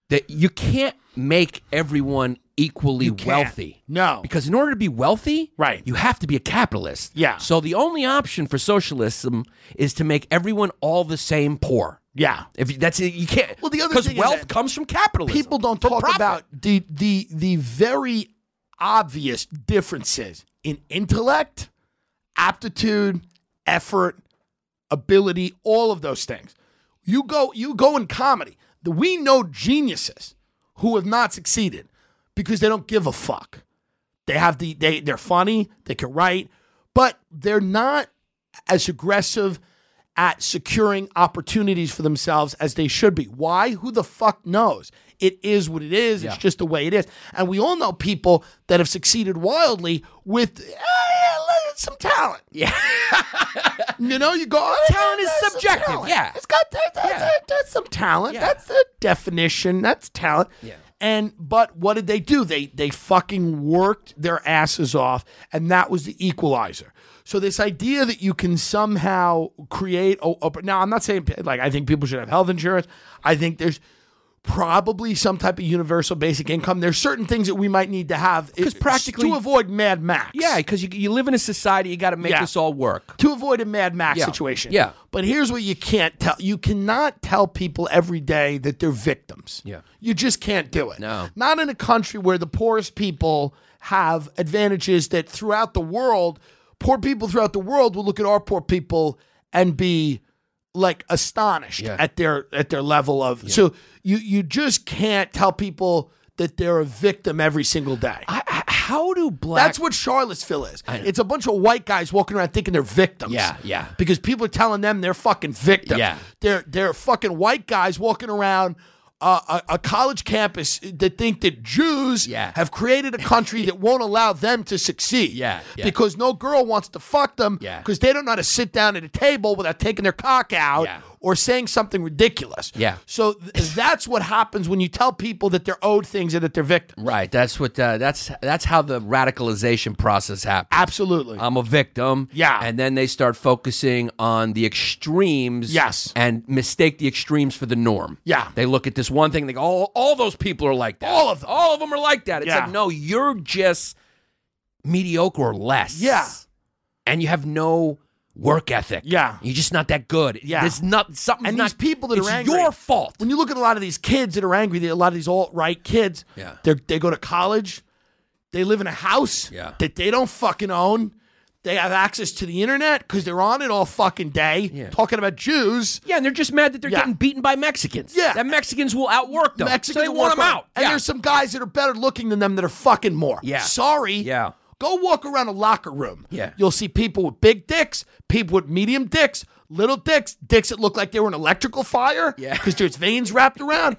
D: that you can't make everyone equally
C: You can't.
D: wealthy.
C: No.
D: Because in order to be wealthy,
C: Right.
D: you have to be a capitalist.
C: Yeah.
D: So the only option for socialism is to make everyone all the same poor.
C: Yeah.
D: If you- that's you can't
C: Well, the other
D: because
C: thing is
D: wealth
C: that
D: comes from capitalism.
C: People don't
D: from
C: talk
D: profit.
C: about the the the very obvious differences in intellect, aptitude, effort, ability, all of those things. You go you go in comedy. The- We know geniuses who have not succeeded because they don't give a fuck. They have the they they're funny, they can write, but they're not as aggressive at securing opportunities for themselves as they should be. Why? Who the fuck knows? It is what it is. It's just the way it is. And we all know people that have succeeded wildly with eh, yeah, look, some talent. Yeah. you know, you go, oh,
D: Talent is
C: that's some
D: subjective,
C: talent.
D: yeah.
C: It's got that, that,
D: Yeah.
C: that- that's some talent.
D: Yeah.
C: That's the definition. That's talent.
D: Yeah.
C: And but what did they do? They they fucking worked their asses off, and that was the equalizer. So this idea that you can somehow create a, a now I'm not saying like I think people should have health insurance. I think there's probably some type of universal basic income. There's certain things that we might need to have
D: 'Cause
C: i-
D: practically-
C: to avoid Mad Max.
D: Yeah, because you, you live in a society, you got to make
C: Yeah.
D: this all work.
C: to avoid a Mad Max
D: Yeah.
C: situation.
D: Yeah.
C: But here's what you can't tell. You cannot tell people every day that they're victims.
D: Yeah.
C: You just can't do it.
D: No.
C: Not in a country where the poorest people have advantages that throughout the world, poor people throughout the world will look at our poor people and be like astonished
D: Yeah.
C: at their at their level of so you you just can't tell people that they're a victim every single day.
D: I, I, how do black?
C: That's what Charlottesville is. It's a bunch of white guys walking around thinking they're victims.
D: Yeah, yeah.
C: Because people are telling them they're fucking victims.
D: Yeah.
C: They're they're fucking white guys walking around uh, a, a college campus that think that Jews
D: Yeah.
C: have created a country that won't allow them to succeed.
D: Yeah, yeah.
C: Because no girl wants to fuck them
D: Yeah.
C: because they don't know how to sit down at a table without taking their cock out
D: Yeah.
C: or saying something ridiculous.
D: Yeah.
C: So th- that's what happens when you tell people that they're owed things and that they're victims.
D: Right. That's what. Uh, that's that's how the radicalization process happens.
C: Absolutely.
D: I'm a victim.
C: Yeah.
D: And then they start focusing on the extremes.
C: Yes.
D: And mistake the extremes for the norm.
C: Yeah.
D: They look at this one thing. They go, all, all those people are like that. All of them. All of them are like that. It's
C: Yeah.
D: like, no, you're just mediocre or less.
C: Yeah.
D: And you have no work ethic.
C: Yeah.
D: You're just not that good.
C: Yeah.
D: There's not something.
C: and
D: not,
C: these people that
D: it's
C: are angry,
D: your fault.
C: When you look at a lot of these kids that are angry, they- a lot of these alt right kids,
D: Yeah.
C: they they go to college, they live in a house
D: Yeah.
C: that they don't fucking own. They have access to the internet because they're on it all fucking day
D: Yeah.
C: talking about Jews.
D: Yeah, and they're just mad that they're
C: Yeah.
D: getting beten by Mexicans.
C: Yeah.
D: That Mexicans will outwork them.
C: Mexicans
D: so they
C: will
D: want
C: walk
D: them
C: around.
D: out.
C: And
D: yeah.
C: there's some guys that are better looking than them that are fucking more.
D: Yeah.
C: Sorry.
D: Yeah.
C: Go walk around a locker room.
D: Yeah.
C: You'll see people with big dicks, people with medium dicks, little dicks, dicks that look like they were in electrical fire.
D: Yeah.
C: Because there's veins wrapped around.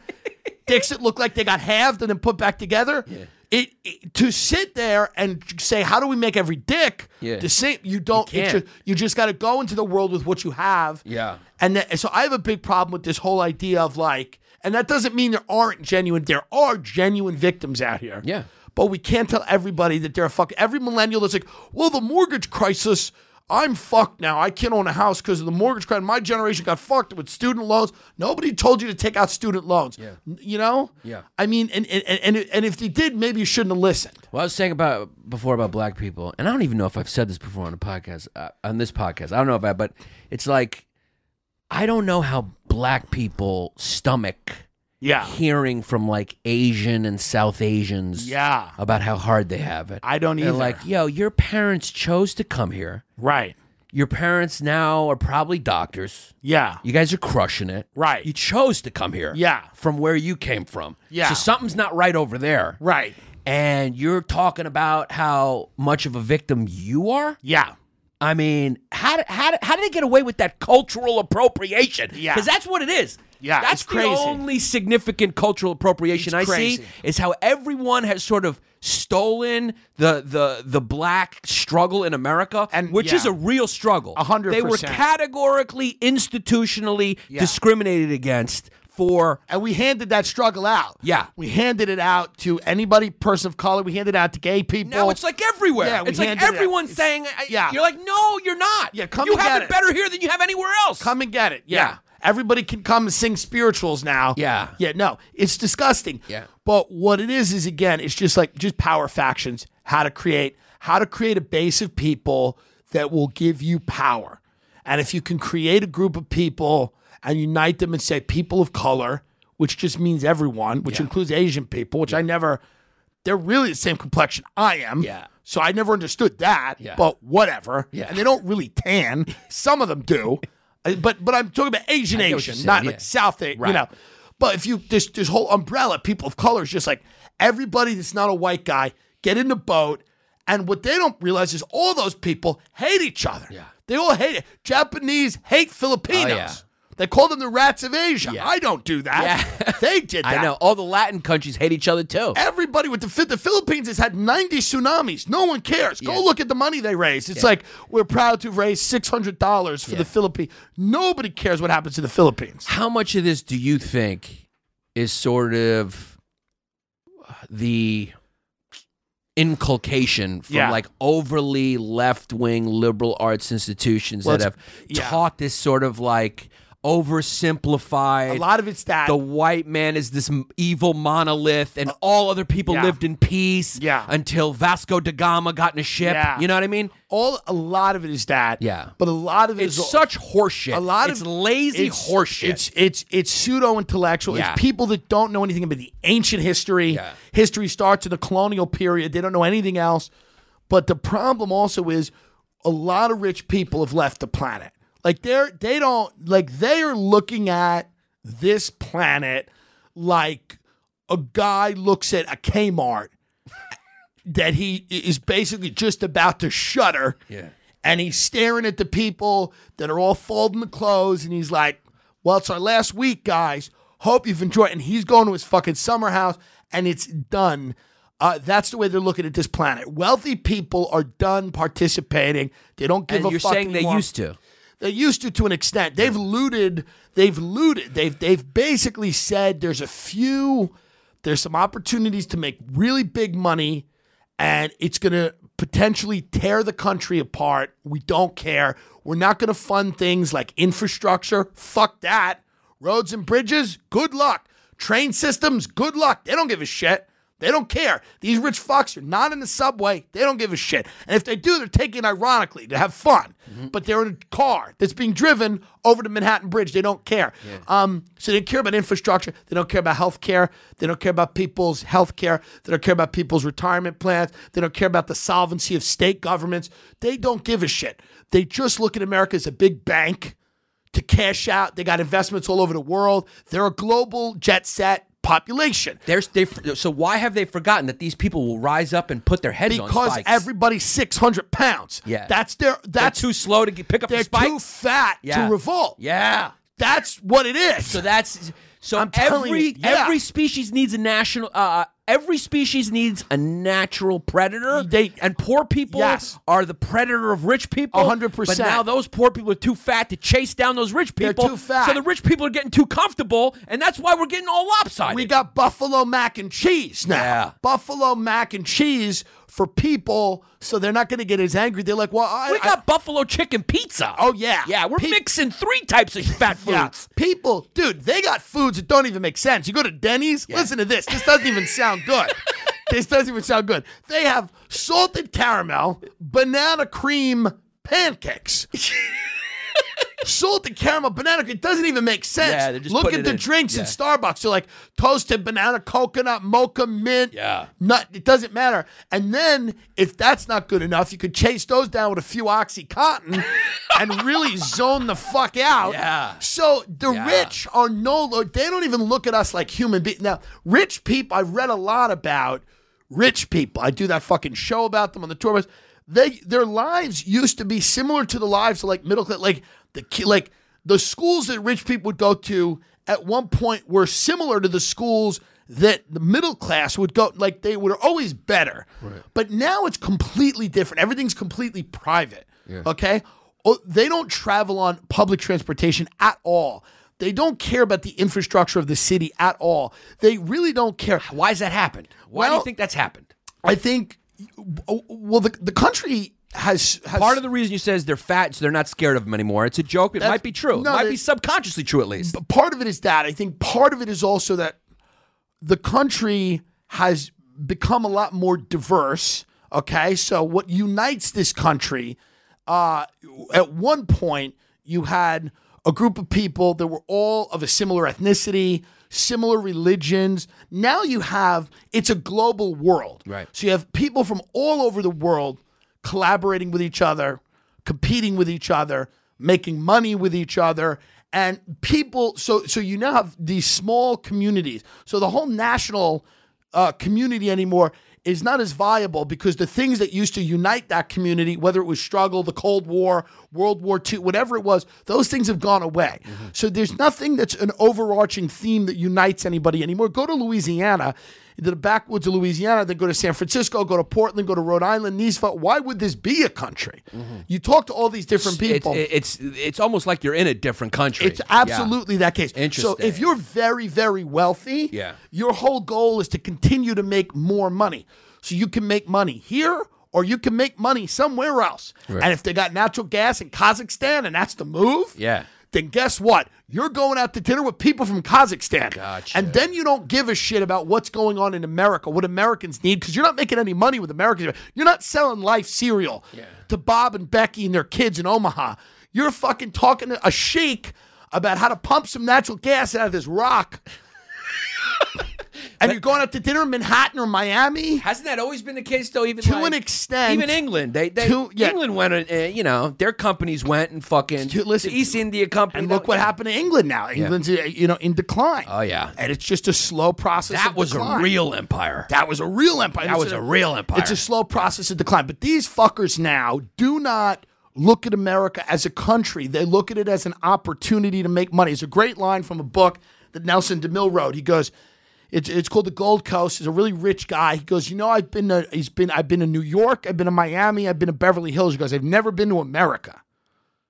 C: dicks that look like they got halved and then put back together. Yeah. It, it- to sit there and say, how do we make every dick
D: Yeah.
C: the same? You don't.
D: You
C: it
D: can't.
C: ju- you just got to go into the world with what you have.
D: Yeah.
C: And, that, and so I have a big problem with this whole idea of like, and that doesn't mean there aren't genuine, there are genuine victims out here.
D: Yeah.
C: But we can't tell everybody that they're a fuck. Every millennial that's like, well, the mortgage crisis, I'm fucked now. I can't own a house because of the mortgage crisis. My generation got fucked with student loans. Nobody told you to take out student loans. Yeah. You know?
D: Yeah.
C: I mean, and, and, and, and if they did, maybe you shouldn't have listened.
D: Well, I was saying about before about black people, and I don't even know if I've said this before on a podcast, uh, on this podcast. I don't know if I, but it's like I don't know how black people stomach
C: Yeah.
D: hearing from like Asian and South Asians,
C: Yeah.
D: about how hard they have it.
C: I don't
D: They're
C: either.
D: Like, yo, your parents chose to come here.
C: Right.
D: Your parents now are probably doctors.
C: Yeah.
D: You guys are crushing it.
C: Right.
D: You chose to come here.
C: Yeah.
D: From where you came from.
C: Yeah.
D: So something's not right over there.
C: Right.
D: And you're talking about how much of a victim you are?
C: Yeah.
D: I mean, how did, how did, how did they get away with that cultural appropriation?
C: Yeah.
D: Because that's what it is.
C: Yeah,
D: That's
C: it's
D: the
C: crazy.
D: only significant cultural appropriation
C: It's
D: I
C: crazy.
D: see is how everyone has sort of stolen the the the black struggle in America,
C: And-
D: which
C: yeah.
D: is a real struggle.
C: A hundred
D: They were
C: percent.
D: categorically, institutionally discriminated against for
C: and we handed that struggle out.
D: Yeah.
C: we handed it out to anybody, person of color. We handed it out to gay people.
D: Now it's like everywhere.
C: Yeah, we
D: it's like
C: handed it out.
D: everyone's
C: It's-
D: saying, I-
C: yeah.
D: you're like, no, you're not.
C: Yeah, come
D: You
C: and
D: have
C: get
D: it
C: it.
D: better here than you have anywhere else.
C: come and get it. Yeah.
D: Yeah.
C: everybody can come and sing spirituals now.
D: Yeah.
C: yeah. No, it's disgusting.
D: Yeah.
C: but what it is is again, it's just like just power factions. How to create, how to create a base of people that will give you power, and if you can create a group of people and unite them and say people of color, which just means everyone, which includes Asian people, which I never. they're really the same complexion I am.
D: Yeah.
C: So I never understood that,
D: Yeah.
C: but whatever.
D: Yeah.
C: And they don't really tan. Some of them do. Uh, but but I'm talking about Asian
D: I get what you're
C: Asian,
D: saying,
C: not
D: yeah.
C: like South Asian,
D: Right.
C: you know. But if you this this whole umbrella people of color is just like everybody that's not a white guy get in the boat and what they don't realize is all those people hate each other.
D: Yeah. Oh,
C: They all hate it. Japanese hate Filipinos.
D: yeah.
C: They call them the rats of Asia.
D: Yeah.
C: I don't do that.
D: Yeah.
C: they did that.
D: I know. All the Latin countries hate each other too.
C: Everybody with the Phil- the Philippines has had 90 tsunamis. No one cares. Go
D: Yeah.
C: look at the money they raised. It's like we're proud to raise $600 for
D: Yeah.
C: the Philippines. Nobody cares what happens to the Philippines.
D: How much of this do you think is sort of the inculcation from
C: Yeah.
D: like overly left wing liberal arts institutions
C: Well,
D: that have
C: it's- yeah.
D: taught this sort of like oversimplified
C: A lot of it's that. Uh,
D: the white man is this m- evil monolith and all other people
C: yeah.
D: lived in peace
C: Yeah.
D: until Vasco da Gama got in a ship.
C: Yeah.
D: You know what I mean?
C: all a lot of it is that.
D: Yeah.
C: But a lot of it
D: It's
C: is
D: such horseshit.
C: a lot
D: it's
C: of
D: lazy
C: it's-
D: horseshit.
C: It's it's it's pseudo intellectual.
D: Yeah.
C: It's people that don't know anything about the ancient history.
D: Yeah.
C: History starts in the colonial period. They don't know anything else. But the problem also is a lot of rich people have left the planet. Like they're they don't like they are looking at this planet like a guy looks at a Kmart that he is basically just about to shudder.
D: Yeah.
C: And he's staring at the people that are all folding the clothes and he's like, Well, it's our last week, guys. Hope you've enjoyed. And he's going to his fucking summer house and it's done. Uh, that's the way they're looking at this planet. Wealthy people are done participating. They don't give
D: and
C: a
D: you're
C: fuck
D: saying they
C: anymore.
D: used to.
C: They used to to an extent. They've looted they've looted. They've they've basically said there's a few, there's some opportunities to make really big money, and it's gonna potentially tear the country apart. We don't care. We're not gonna fund things like infrastructure. Fuck that. Roads and bridges, good luck. Train systems, good luck. They don't give a shit. They don't care. These rich fucks are not in the subway. They don't give a shit. And if they do, they're taking it ironically to have fun. But they're in a car that's being driven over the Manhattan Bridge. They don't care. Um, so they care about infrastructure. They don't care about health care. They don't care about people's health care. They don't care about people's retirement plans. They don't care about the solvency of state governments. They don't give a shit. They just look at America as a big bank to cash out. They got investments all over the world. They're a global jet set population.
D: There's they. So why have they forgotten that these people will rise up and put their heads on
C: because
D: spikes?
C: everybody's 600 pounds.
D: Yeah.
C: That's their,
D: they're
C: that's
D: too slow to get, pick up
C: They're
D: the spikes.
C: too fat
D: Yeah.
C: to revolt.
D: Yeah.
C: That's what it is.
D: So that's so
C: I'm telling
D: every
C: you, yeah.
D: every species needs a national. Uh, every species needs a natural predator.
C: They-
D: and poor people
C: Yes.
D: are the predator of rich people.
C: A hundred percent.
D: But now those poor people are too fat to chase down those rich
C: They're
D: people.
C: too fat.
D: So the rich people are getting too comfortable, and that's why we're getting all lopsided.
C: we got buffalo mac and cheese now.
D: Yeah.
C: Buffalo mac and cheese for people, so they're not going to get as angry. They're like, well, I,
D: we
C: I-
D: got buffalo chicken pizza.
C: Oh, yeah.
D: yeah. We're
C: Pe-
D: mixing three types of fat foods.
C: Yeah. People, dude, they got foods that don't even make sense. You go to Denny's, listen to this. This doesn't even sound good. this doesn't even sound good. They have salted caramel, banana cream pancakes. salted caramel, banana cream. It doesn't even make sense.
D: Yeah, they're just
C: Look
D: putting
C: at
D: it
C: the
D: in.
C: drinks
D: Yeah.
C: at Starbucks. They're like toasted banana, coconut, mocha, mint.
D: Yeah.
C: Nut. It doesn't matter. And then if that's not good enough, you could chase those down with a few Oxycontin and really zone the fuck out.
D: Yeah.
C: So the
D: Yeah.
C: rich are no, lo- they don't even look at us like human beings. Now, rich people, I read a lot about rich people. I do that fucking show about them on the tour bus. They their lives used to be similar to the lives of like middle class, like the ki- like the schools that rich people would go to at one point were similar to the schools that the middle class would go like they were always better but now it's completely different everything's completely private okay Oh, they don't travel on public transportation at all they don't care about the infrastructure of the city at all they really don't care
D: Why has that happened? Why do
C: Well-
D: you think that's happened?
C: i think well the, the country has, has
D: Part of the reason you said is they're fat, so they're not scared of them anymore. It's a joke. It
C: That's-
D: might be true.
C: no,
D: it might
C: they-
D: be subconsciously true, at least.
C: But part of it is that. I think part of it is also that the country has become a lot more diverse. Okay. So, what unites this country, uh, at one point, you had a group of people that were all of a similar ethnicity, similar religions. Now you have, it's a global world.
D: Right.
C: So, you have people from all over the world collaborating with each other, competing with each other, making money with each other, and people. So so you now have these small communities. So the whole national uh, community anymore is not as viable because the things that used to unite that community, whether it was struggle, the Cold War, World War II, whatever it was, those things have gone away.
D: Mm-hmm.
C: So there's nothing that's an overarching theme that unites anybody anymore. Go to Louisiana into the backwoods of Louisiana, then go to San Francisco, go to Portland, go to Rhode Island, these. fo- Why would this be a country? You talk to all these different
D: Mm-hmm. It's,
C: people.
D: it's it's almost like you're in a different country.
C: It's absolutely that case. So
D: Interesting.
C: if you're very, very wealthy,
D: Yeah.
C: your whole goal is to continue to make more money. So you can make money here or you can make money somewhere else. And if they got natural gas in Kazakhstan and that's the move,
D: Yeah.
C: then guess what? You're going out to dinner with people from Kazakhstan.
D: Gotcha.
C: And then you don't give a shit about what's going on in America, what Americans need, because you're not making any money with Americans. You're not selling life cereal to Bob and Becky and their kids in Omaha. You're fucking talking to a sheik about how to pump some natural gas out of this rock. and you're going out to dinner in Manhattan or Miami.
D: Hasn't that always been the case though? Even
C: To
D: like-
C: an extent.
D: even England, they, they
C: To- yeah.
D: England went. and, Uh, you know, their companies went and fucking
C: To- listen,
D: the East India Company.
C: And look what happened to England now. England's uh, you know in decline.
D: Oh, yeah.
C: and it's just a slow process.
D: That
C: of
D: was a
C: decline.
D: real empire.
C: That was a real empire.
D: That
C: It's
D: was a real empire.
C: It's a slow process of decline. But these fuckers now do not look at America as a country. They look at it as an opportunity to make money. It's a great line from a book that Nelson DeMille wrote. He goes, it's, it's called the Gold Coast. He's a really rich guy. He goes, you know, I've been to, he's been I've been to New York, I've been to Miami, I've been to Beverly Hills. He goes, I've never been to America.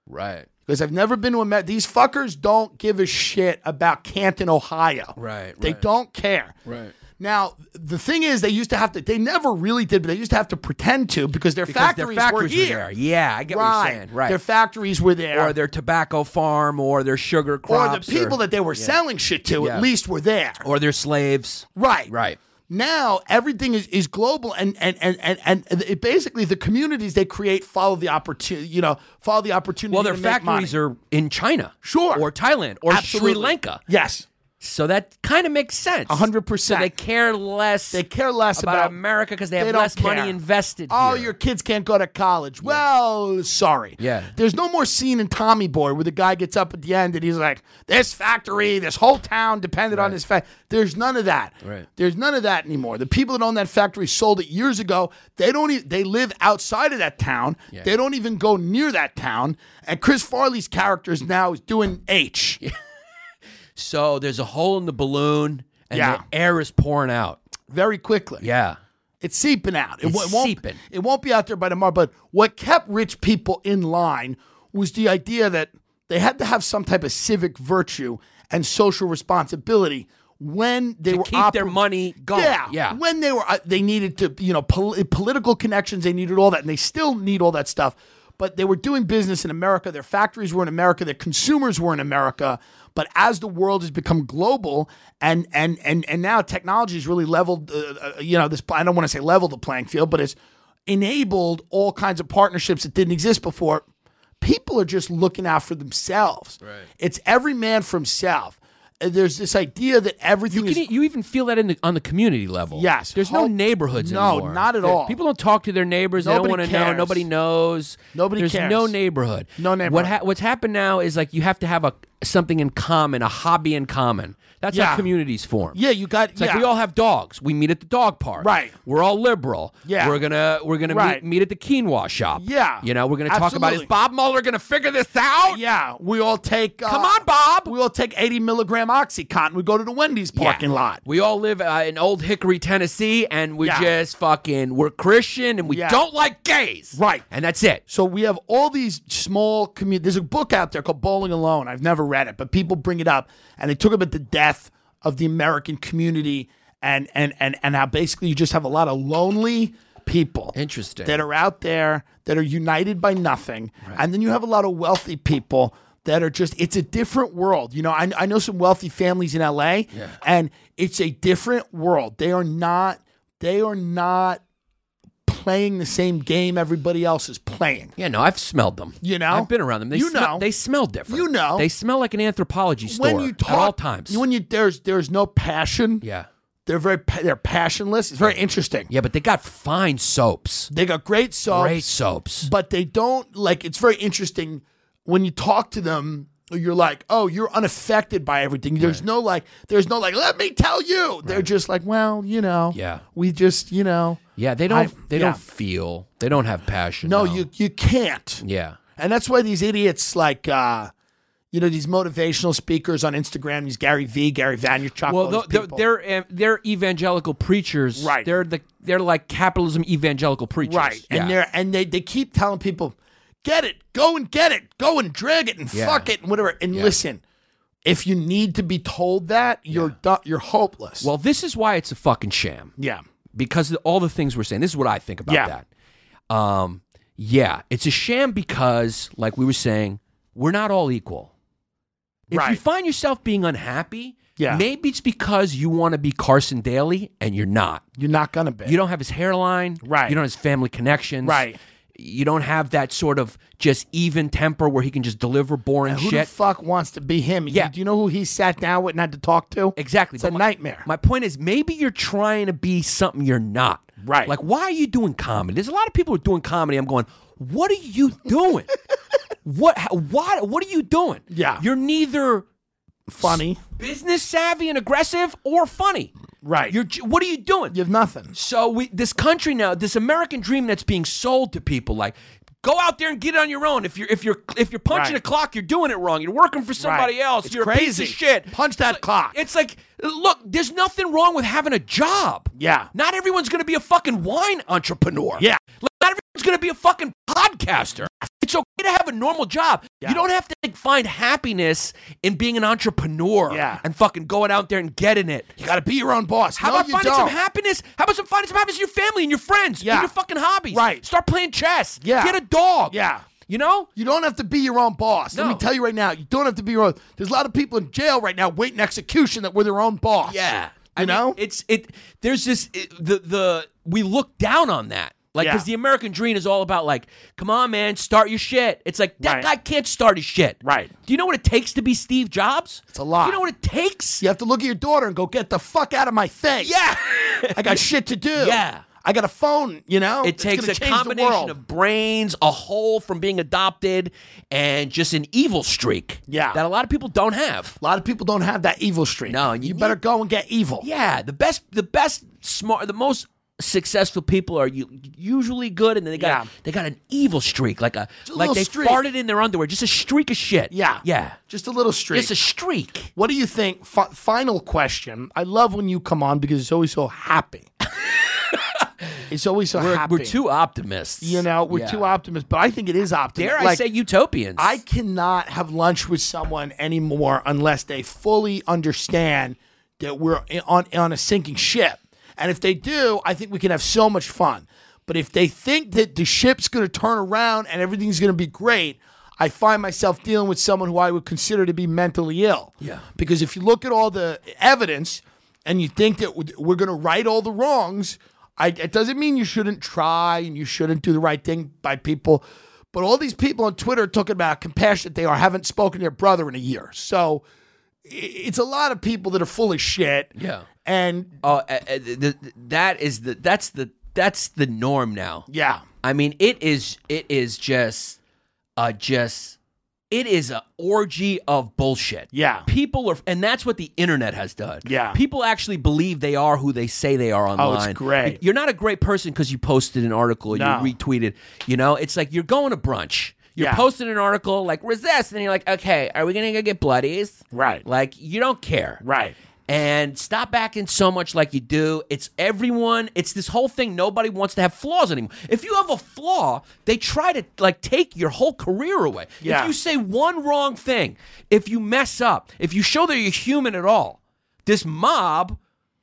D: right.
C: Because I've never been to a Met. These fuckers don't give a shit about Canton, Ohio.
D: Right,
C: They
D: right.
C: don't care. Right. Now, the thing is, they used to have to, they never really did, but they used to have to pretend to because their,
D: Because
C: factories,
D: their factories
C: were here.
D: there. Yeah, I get
C: right.
D: what you're saying. Right.
C: Their factories were there.
D: or their tobacco farm or their sugar
C: Or
D: crops
C: the people that they were selling shit to,
D: Yeah.
C: at least, were there.
D: or their slaves.
C: Right.
D: Right.
C: Now everything is, is global and and and and, and it basically the communities they create follow the opportunity you know, follow the opportunity.
D: Well, their
C: to make money.
D: factories are in China,
C: Sure.
D: or Thailand, or
C: Absolutely.
D: Sri Lanka.
C: Yes.
D: So that kind of makes sense.
C: A hundred
D: So
C: percent.
D: they care less.
C: They care less
D: about,
C: about-
D: America because they
C: they
D: have
C: don't
D: less money
C: care.
D: invested.
C: Oh,
D: here.
C: your kids can't go to college. Well, sorry.
D: Yeah.
C: There's no more scene in Tommy Boy where the guy gets up at the end and he's like, this factory, this whole town depended on this factory. There's none of that.
D: Right.
C: There's none of that anymore. The people that own that factory sold it years ago. They don't e- they live outside of that town. They don't even go near that town. And Chris Farley's character is now is doing H.
D: So there's a hole in the balloon, and
C: Yeah.
D: the air is pouring out.
C: Very quickly.
D: Yeah.
C: It's seeping out. It,
D: It's
C: wo- it won't,
D: seeping.
C: It won't be out there by tomorrow. But what kept rich people in line was the idea that they had to have some type of civic virtue and social responsibility when they
D: To
C: were
D: keep their
C: oper-
D: money going.
C: Yeah,
D: Yeah.
C: When they were, uh, they needed to, you know, pol- eh, political connections. They needed all that, and they still need all that stuff. But they were doing business in America. Their factories were in America. Their consumers were in America. But as the world has become global, and and and and now technology has really leveled, uh, uh, you know, this. I don't want to say level the playing field, but it's enabled all kinds of partnerships that didn't exist before. People are just looking out for themselves. Right. It's every man for himself. Uh, There's this idea that everything
D: You,
C: is
D: can, e-, you even feel that in the, on the community level.
C: Yes.
D: There's no
C: Whole-
D: neighborhoods
C: No,
D: anymore.
C: not at
D: There-
C: all.
D: People don't talk to their neighbors.
C: Nobody
D: they don't want to know.
C: cares.
D: Nobody knows.
C: Nobody
D: There's
C: cares.
D: no neighborhood.
C: No
D: What
C: neighborhood.
D: ha- what's happened now is like you have to have a something in common, a hobby in common. That's how
C: Yeah.
D: communities form.
C: Yeah, you got.
D: It's
C: yeah.
D: like we all have dogs. We meet at the dog park.
C: Right.
D: We're all liberal.
C: Yeah.
D: We're gonna we're gonna
C: Right.
D: meet, meet at the quinoa shop.
C: Yeah.
D: You know, we're gonna talk about is
C: Absolutely.
D: Bob Mueller gonna figure this out?
C: Yeah, we all take. Uh,
D: Come on, Bob.
C: We all take eighty milligram oxycontin. We go to the Wendy's
D: Yeah.
C: parking lot.
D: We all live uh, in Old Hickory, Tennessee, and we
C: Yeah.
D: just fucking we're Christian and we
C: Yeah.
D: don't like gays.
C: Right.
D: And that's it.
C: So we have all these small community. There's a book out there called Bowling Alone. I've never read it, but people bring it up, and they took about the death of the American community, and and and and how basically you just have a lot of lonely people.
D: Interesting.
C: That are out there that are united by nothing, and then you have a lot of wealthy people that are just. It's a different world. You know, I I know some wealthy families in L.A. and it's a different world. They are not. They are not playing the same game everybody else is playing.
D: Yeah, no, I've smelled them.
C: You know?
D: I've been around them. They
C: You
D: smell-
C: know.
D: they smell different.
C: You know.
D: they smell like an anthropology store
C: when you talk
D: at all times.
C: when you there's there's no passion.
D: yeah,
C: They're very pa- they're passionless. It's very interesting.
D: yeah, but they got fine soaps,
C: They got great soaps,
D: great soaps.
C: but they don't like. It's very interesting when you talk to them. You're like, oh, you're unaffected by everything. There's no like, there's no like. Let me tell you. They're just like, well, you know,
D: Yeah.
C: we just, you know,
D: yeah, they don't.
C: I-
D: they
C: yeah.
D: don't feel. They don't have passion.
C: no, you you can't.
D: Yeah.
C: And that's why these idiots like uh you know these motivational speakers on Instagram, these Gary V, Gary Vaynerchuk,
D: Well,
C: all
D: tho-
C: these
D: they're,
C: people.
D: they're ev- they're evangelical preachers.
C: Right.
D: They're the they're like capitalism evangelical preachers.
C: right.
D: Yeah.
C: And they're and they they keep telling people, "Get it. Go and get it. Go and drag it and
D: Yeah.
C: fuck it and whatever." And listen, if you need to be told that, you're du- you're hopeless.
D: well, this is why it's a fucking sham.
C: yeah.
D: because of all the things we're saying. This is what I think about
C: Yeah.
D: that. Um, yeah, it's a sham because, like we were saying, we're not all equal. If you
C: Right.
D: find yourself being unhappy,
C: Yeah.
D: maybe it's because you want to be Carson Daly and you're not.
C: You're not going to be.
D: You don't have his hairline.
C: Right.
D: You don't have his family connections.
C: Right.
D: You don't have that sort of just even temper where he can just deliver boring
C: and who
D: shit.
C: the fuck wants to be him?
D: Yeah.
C: Do you know who he sat down with and had to talk to?
D: Exactly.
C: It's
D: but
C: a
D: my-
C: nightmare.
D: My point is maybe you're trying to be something you're not.
C: Right.
D: Like, why are you doing comedy? There's a lot of people who are doing comedy. I'm going, what are you doing? what, how, why, what are you doing?
C: Yeah.
D: You're neither
C: Funny.
D: business savvy and aggressive or funny.
C: Right.
D: You're, j- what are you doing?
C: You have nothing.
D: so we, this country now, this American dream that's being sold to people, like, go out there and get it on your own. If you're if you're if you're punching
C: Right.
D: a clock, you're doing it wrong. You're working for somebody
C: Right.
D: else.
C: It's
D: you're a piece
C: crazy.
D: of shit.
C: Punch that
D: It's like-
C: clock.
D: It's like, look, there's nothing wrong with having a job.
C: Yeah.
D: Not everyone's going to be a fucking wine entrepreneur.
C: Yeah.
D: Like, Not every- is going to be a fucking podcaster. It's okay to have a normal job.
C: Yeah.
D: You don't have to like, find happiness in being an entrepreneur
C: Yeah.
D: and fucking going out there and getting it.
C: You got to be your own boss.
D: How
C: No,
D: about
C: you
D: finding some
C: don't.
D: happiness? How about some finding some happiness in your family and your friends
C: Yeah.
D: and your fucking hobbies?
C: Right.
D: Start playing chess.
C: Yeah.
D: Get a dog.
C: Yeah.
D: You know?
C: You don't have to be your own boss. Let me
D: No.
C: tell you right now, you don't have to be your own. There's a lot of people in jail right now waiting execution that were their own boss.
D: Yeah,
C: you
D: I mean,
C: know.
D: it's it. There's this it- the the we look down on that. Like,
C: Yeah.
D: because the American dream is all about like, come on, man, start your shit. It's like that
C: Right.
D: guy can't start his shit.
C: Right.
D: Do you know what it takes to be Steve Jobs? It's
C: a lot.
D: You know what it takes?
C: you have to look at your daughter and go, "Get the fuck out of my face."
D: Yeah.
C: I got shit to do.
D: Yeah.
C: I got a phone. You know.
D: It takes a
C: that's gonna change the
D: combination
C: world.
D: of brains, a hole from being adopted, and just an evil streak.
C: Yeah.
D: That a lot of people don't have.
C: A lot of people don't have that evil streak.
D: No,
C: you,
D: you
C: better
D: need-
C: go and get evil.
D: Yeah, the best, the best, smart, the most successful people are u- usually good, and then they got
C: Yeah.
D: they got an evil streak, like a,
C: a
D: like
C: little
D: they
C: streak.
D: farted in their underwear, just a streak of shit.
C: Yeah.
D: yeah,
C: Just a little streak.
D: just a streak.
C: What do you think? F- final question. I love when you come on because it's always so happy. it's always so
D: We're,
C: happy.
D: we're too optimists.
C: You know, we're
D: Yeah.
C: too optimistic, but I think it is optimistic.
D: Dare I say utopians?
C: I cannot have lunch with someone anymore unless they fully understand that we're i- on on a sinking ship. And if they do, I think we can have so much fun. But if they think that the ship's going to turn around and everything's going to be great, I find myself dealing with someone who I would consider to be mentally ill.
D: Yeah.
C: Because if you look at all the evidence and you think that w- we're going to right all the wrongs, I, it doesn't mean you shouldn't try and you shouldn't do the right thing by people. But all these people on Twitter talking about how compassionate they are haven't spoken to their brother in a year. So i- it's a lot of people that are full of shit.
D: Yeah.
C: And
D: Oh, uh, uh, th- th- that is the that's the that's the norm now.
C: yeah,
D: I mean, it is it is just uh just it is a orgy of bullshit.
C: Yeah.
D: People are and that's what the internet has done.
C: Yeah. Oh,
D: People actually believe they are who they say they are online.
C: great.
D: You're not a great person because you posted an article,
C: No.
D: you retweeted. You know, it's like you're going to brunch. You're
C: Yeah.
D: posting an article like resist, and you're like, okay, are we gonna go get bloodies?
C: Right.
D: Like you don't care
C: Right.
D: and stop acting so much like you do. It's everyone. It's this whole thing. Nobody wants to have flaws anymore. If you have a flaw, they try to like take your whole career away.
C: Yeah.
D: If you say one wrong thing, if you mess up, if you show that you're human at all, this mob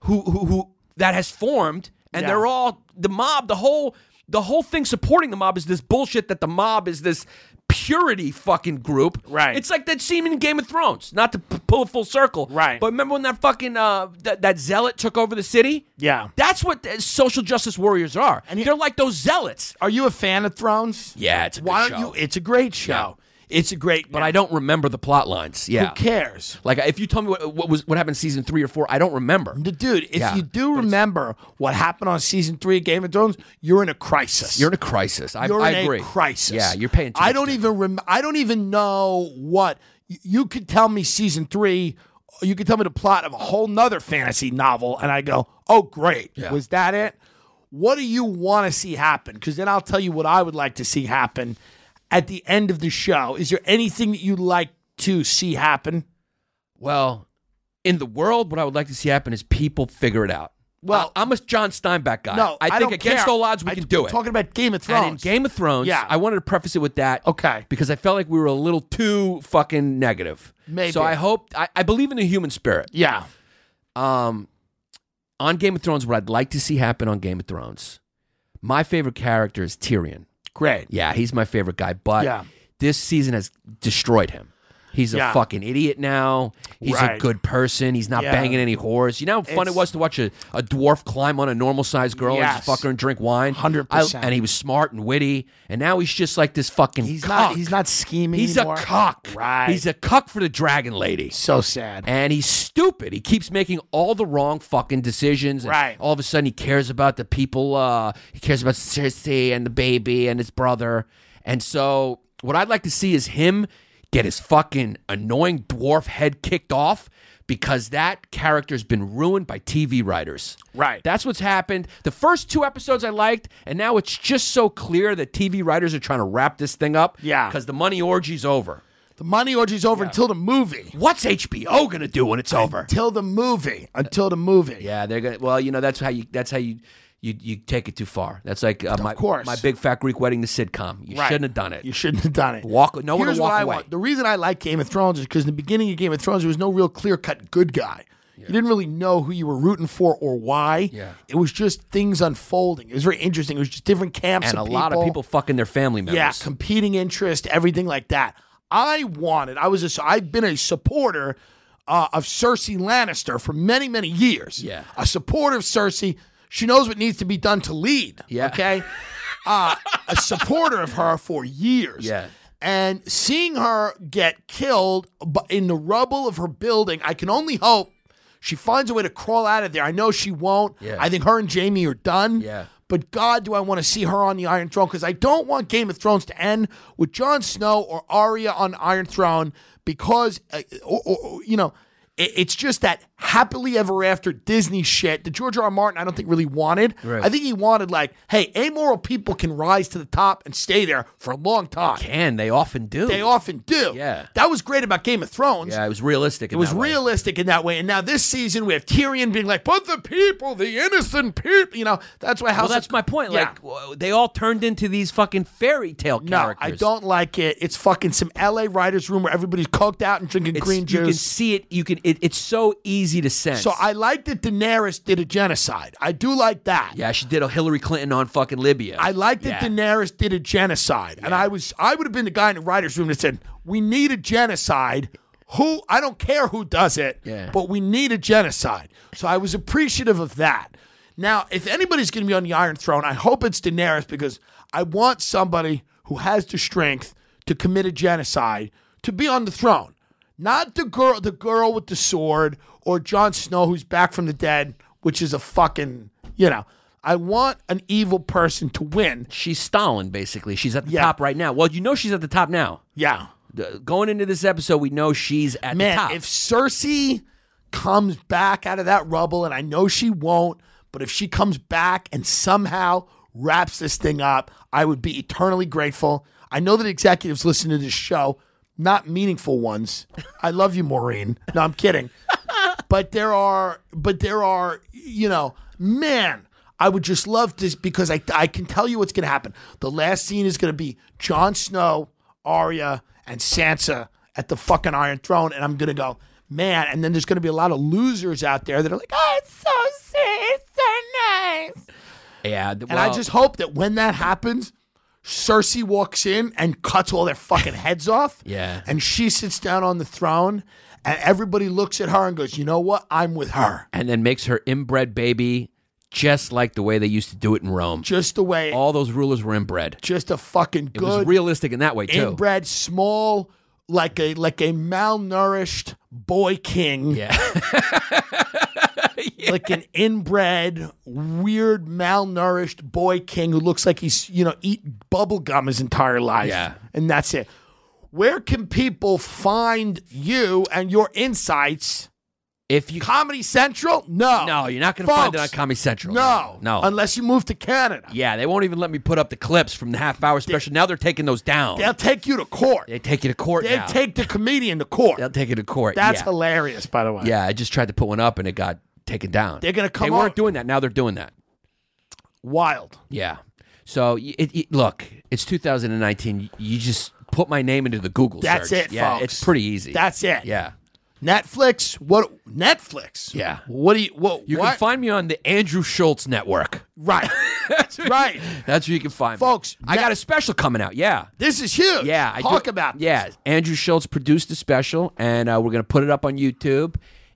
D: who who, who that has formed, and
C: Yeah.
D: they're all the mob. The whole the whole thing supporting the mob is this bullshit that the mob is this purity fucking group.
C: Right.
D: It's like that scene in Game of Thrones. Not to p- pull it full circle.
C: Right.
D: But remember when that fucking uh, th- that zealot took over the city?
C: Yeah.
D: That's what the social justice warriors are.
C: And
D: And
C: he-
D: they're like those zealots.
C: Are you a fan of Thrones?
D: Yeah, it's a good
C: Why don't
D: show.
C: you? It's a great show. It's a great.
D: But I don't remember the plot lines. Yeah.
C: Who cares?
D: Like if you tell me what, what was what happened in season three or four, I don't remember.
C: The dude, if
D: Yeah,
C: you do remember what happened on season three of Game of Thrones, you're in a crisis.
D: You're in a crisis. I,
C: You're
D: I
C: in a
D: agree.
C: crisis.
D: Yeah, you're paying. Too
C: I
D: much
C: don't
D: attention.
C: even. Rem- I don't even know what y- you could tell me. Season three, you could tell me the plot of a whole nother fantasy novel, and I go, "Oh, great, was that it?" What do you want to see happen? Because then I'll tell you what I would like to see happen at the end of the show. Is there anything that you'd like to see happen?
D: Well, in the world, what I would like to see happen is people figure it out.
C: Well-
D: I, am a John Steinbeck guy.
C: No,
D: Uh, I think
C: don't
D: against
C: care.
D: all odds, we
C: I-
D: can do
C: we're
D: it.
C: Talking about Game of Thrones,
D: and in Game of Thrones,
C: Yeah.
D: I wanted to preface it with that.
C: Okay.
D: Because I felt like we were a little too fucking negative.
C: Maybe.
D: So I hope I, I believe in the human spirit.
C: yeah,
D: Um, on Game of Thrones, what I'd like to see happen on Game of Thrones, my favorite character is Tyrion.
C: great.
D: Yeah, he's my favorite guy, but
C: Yeah.
D: this season has destroyed him. He's a
C: Yeah.
D: fucking idiot now. He's a
C: Right.
D: good person. He's not
C: Yeah.
D: banging any whores. You know how fun
C: It's-
D: it was to watch a, a dwarf climb on a normal sized girl and just
C: Yes.
D: fuck her and drink wine?
C: 100%.
D: I- And he was smart and witty. And now he's just like this fucking
C: He's
D: cock.
C: not. He's not scheming.
D: He's
C: anymore.
D: a cock.
C: Right.
D: He's a cuck for the dragon lady.
C: so sad.
D: And he's stupid. He keeps making all the wrong fucking decisions. and
C: Right.
D: All of a sudden, he cares about the people. Uh, he cares about Cersei and the baby and his brother. And so, what I'd like to see is him get his fucking annoying dwarf head kicked off because that character's been ruined by TV writers.
C: Right.
D: That's what's happened. The first two episodes I liked, and now it's just so clear that TV writers are trying to wrap this thing up.
C: Yeah.
D: Because the money orgy's over.
C: The money orgy's over until the movie.
D: What's HBO gonna do when it's over?
C: Until the movie. Until the movie.
D: Yeah, they're gonna. Well, you know that's how you. That's how you. you you take it too far. That's like uh, my
C: course.
D: my big fat Greek wedding to sitcom. You shouldn't have done it.
C: You shouldn't have done it.
D: Walk- no one to
C: Here's
D: walk
C: what I
D: away.
C: want. The reason I like Game of Thrones is because in the beginning of Game of Thrones, there was no real clear cut good guy. You didn't really know who you were rooting for or why.
D: Yeah.
C: It was just things unfolding. It was very interesting. It was just different camps
D: and a
C: of
D: lot of people fucking their family members.
C: Yeah, competing interest, everything like that. I wanted. I was. A, I've been a supporter uh, of Cersei Lannister for many, many years.
D: Yeah.
C: a supporter of Cersei. She knows what needs to be done to lead.
D: Yeah.
C: Okay. Uh, a supporter of her for years.
D: Yeah.
C: And seeing her get killed bu- in the rubble of her building, I can only hope she finds a way to crawl out of there. I know she won't.
D: Yeah.
C: I think her and Jamie are done.
D: Yeah.
C: But God, do I want to see her on the Iron Throne? Because I don't want Game of Thrones to end with Jon Snow or Arya on Iron Throne because, uh, or, or- or, you know, it, it's just that happily ever after Disney shit that George R. R. Martin I don't think really wanted.
D: Right.
C: I think he wanted like, hey, amoral people can rise to the top and stay there for a long time.
D: can they often do?
C: They often do.
D: Yeah.
C: That was great about Game of Thrones.
D: Yeah, it was realistic.
C: It was realistic in that way. And now this season we have Tyrion being like, but the people, the innocent people, you know, that's why House
D: Well,
C: of-
D: that's my point.
C: Yeah.
D: Like w- they all turned into these fucking fairy tale
C: no,
D: characters.
C: I don't like it. It's fucking some LA writers room where everybody's coked out and drinking
D: It's-
C: green
D: You can
C: juice.
D: see it. You can. It, it's so easy to sense.
C: So I like that Daenerys did a genocide. I do like that.
D: Yeah, she did a Hillary Clinton on fucking Libya.
C: I like that
D: Yeah.
C: Daenerys did a genocide, and I was I would have been the guy in the writers' room that said, "We need a genocide. Who I don't care who does it,
D: Yeah.
C: but we need a genocide." So I was appreciative of that. Now, if anybody's going to be on the Iron Throne, I hope it's Daenerys because I want somebody who has the strength to commit a genocide to be on the throne, not the girl the girl with the sword or Jon Snow who's back from the dead, which is a fucking you know. I want an evil person to win.
D: She's Stalin, basically. She's at the
C: Yeah.
D: top right now. Well, you know she's at the top now.
C: Yeah.
D: The- going into this episode, we know she's at the
C: Man,
D: top.
C: if Cersei comes back out of that rubble, and I know she won't, but if she comes back and somehow wraps this thing up, I would be eternally grateful. I know that executives listen to this show, not meaningful ones. I love you, Maureen. No, I'm kidding. but there are, but there are, you know, man. I would just love this because I, I can tell you what's going to happen. The last scene is going to be Jon Snow, Arya, and Sansa at the fucking Iron Throne, and I'm going to go, man. And then there's going to be a lot of losers out there that are like, oh, it's so sweet, it's so nice.
D: yeah, th-
C: And I
D: well,
C: just hope that when that happens, Cersei walks in and cuts all their fucking heads off.
D: Yeah.
C: And she sits down on the throne, and everybody looks at her and goes, you know what? I'm with her.
D: and then makes her inbred baby, just like the way they used to do it in Rome.
C: Just the way,
D: All those rulers were inbred.
C: just a fucking
D: It
C: good.
D: was realistic in that way too.
C: inbred, small, like a like a malnourished boy king,
D: Yeah,
C: like an inbred, weird, malnourished boy king who looks like he's you know eat bubble gum his entire life,
D: Yeah.
C: and that's it. Where can people find you and your insights?
D: if you
C: Comedy Central? No,
D: no, you're not going to find it on
C: Folks,
D: Comedy Central.
C: No,
D: no,
C: unless you move to Canada,
D: yeah, they won't even let me put up the clips from the half hour special. Now they're taking those down.
C: they'll take you to court.
D: They take you to court.
C: They
D: now.
C: take the comedian to court.
D: They'll take you to court.
C: That's
D: yeah.
C: hilarious, by the way.
D: Yeah, I just tried to put one up and it got taken down.
C: They're gonna come
D: They weren't
C: out-
D: doing that. Now they're doing that.
C: wild.
D: Yeah. So y- it, it, look, it's 2019. You just put my name into the Google.
C: That's
D: search.
C: it,
D: Yeah,
C: folks.
D: it's pretty easy.
C: That's it.
D: yeah.
C: Netflix. What Netflix?
D: Yeah.
C: What do you? What
D: You
C: what?
D: can find me on the Andrew Schultz Network.
C: right, right.
D: That's where you can find me.
C: Folks,
D: I
C: that-
D: got a special coming out. Yeah.
C: This is huge.
D: Yeah, I
C: talk
D: do-
C: about. This.
D: Yeah, Andrew Schultz produced the special, and uh, we're gonna put it up on YouTube,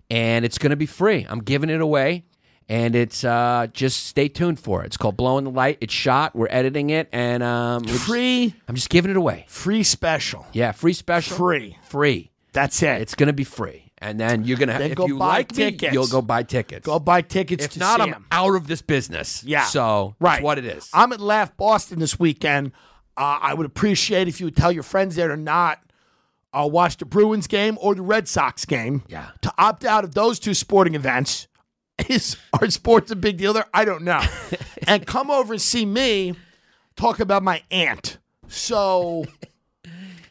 D: and it's gonna be free. I'm giving it away, and it's uh, just stay tuned for it. It's called Blowing the Light. It's shot. We're editing it, and um, we're just-
C: Free,
D: I'm just giving it away.
C: free special.
D: Yeah, free special.
C: Free.
D: Free.
C: That's it.
D: It's gonna be free, and then you're gonna
C: Then
D: if
C: go
D: you
C: buy
D: like me,
C: tickets.
D: you'll go buy tickets.
C: go buy tickets
D: if
C: to
D: not,
C: see
D: I'm
C: 'em.
D: out of this business.
C: Yeah.
D: So
C: right,
D: it's what it is.
C: I'm at Laugh Boston this weekend. Uh, I would appreciate if you would tell your friends there to not uh, watch the Bruins game or the Red Sox game.
D: Yeah.
C: To opt out of those two sporting events is are sports a big deal there? I don't know. and come over and see me talk about my aunt. So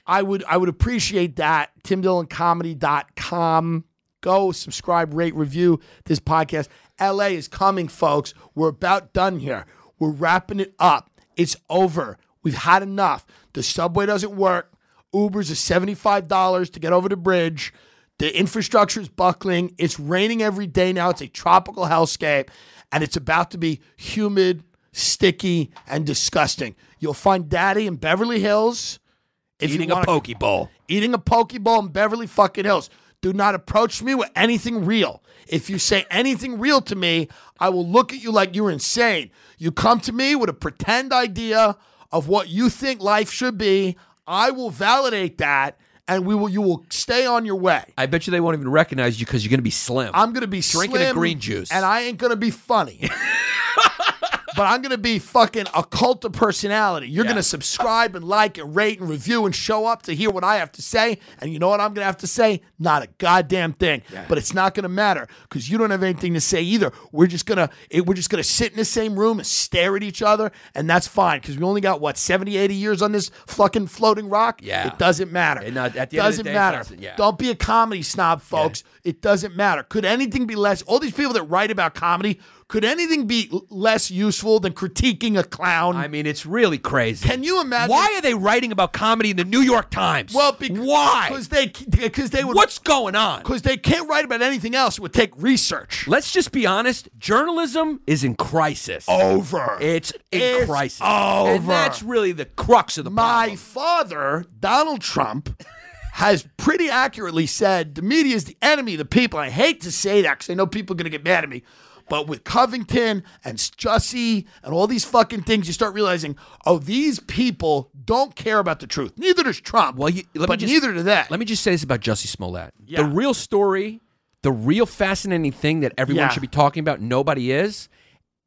C: I would I would appreciate that. TimDillonComedy.com. Go subscribe, rate, review this podcast. LA is coming, folks. We're about done here. We're wrapping it up. It's over. We've had enough. The subway doesn't work. Ubers are $75 to get over the bridge. The infrastructure is buckling. It's raining every day now. It's a tropical hellscape, and it's about to be humid, sticky, and disgusting. You'll find Daddy in Beverly Hills. If
F: Eating
C: you
F: a
C: wanna-
F: poke bowl.
C: eating a Pokeball in Beverly fucking Hills. Do not approach me with anything real. If you say anything real to me, I will look at you like you're insane. You come to me with a pretend idea of what you think life should be. I will validate that, and we will. You will stay on your way.
D: I bet you they won't even recognize you because you're going to be slim.
C: I'm gonna be
D: Drinking a
C: slim,
D: green juice.
C: and I ain't gonna be funny. but I'm gonna be fucking a cult of personality. You're gonna subscribe and like and rate and review and show up to hear what I have to say. And you know what I'm gonna have to say? Not a goddamn thing. But it's not gonna matter because you don't have anything to say either. We're just gonna it, we're just gonna sit in the same room and stare at each other, and that's fine because we only got what 70, 80 years on this fucking floating rock.
D: Yeah.
C: it doesn't matter.
D: And not- at the end of the
C: doesn't
D: day, it
C: matter.
D: doesn't, yeah.
C: Don't be a comedy snob, folks. It doesn't matter. Could anything be less? All these people that write about comedy, could anything be l- less useful than critiquing a clown?
D: I mean, it's really crazy.
C: Can you imagine-
D: Why are they writing about comedy in the New York Times?
C: well, because
D: why?
C: Because they because they would
D: What's going on?
C: because they can't write about anything else. It would take research.
D: Let's just be honest. Journalism is in crisis.
C: Over.
D: It's in
C: It's
D: crisis.
C: over.
D: And that's really the crux of the
C: My
D: problem.
C: father, Donald Trump, has pretty accurately said the media is the enemy of the people. I hate to say that because I know people are going to get mad at me. But with Covington and Stussy and all these fucking things, you start realizing, oh, these people don't care about the truth. Neither does Trump.
D: Well, you, let me
C: but
D: just,
C: neither do that.
D: Let me just say this about Jussie Smollett. The real story, the real fascinating thing that everyone
C: Yeah.
D: should be talking about, nobody is,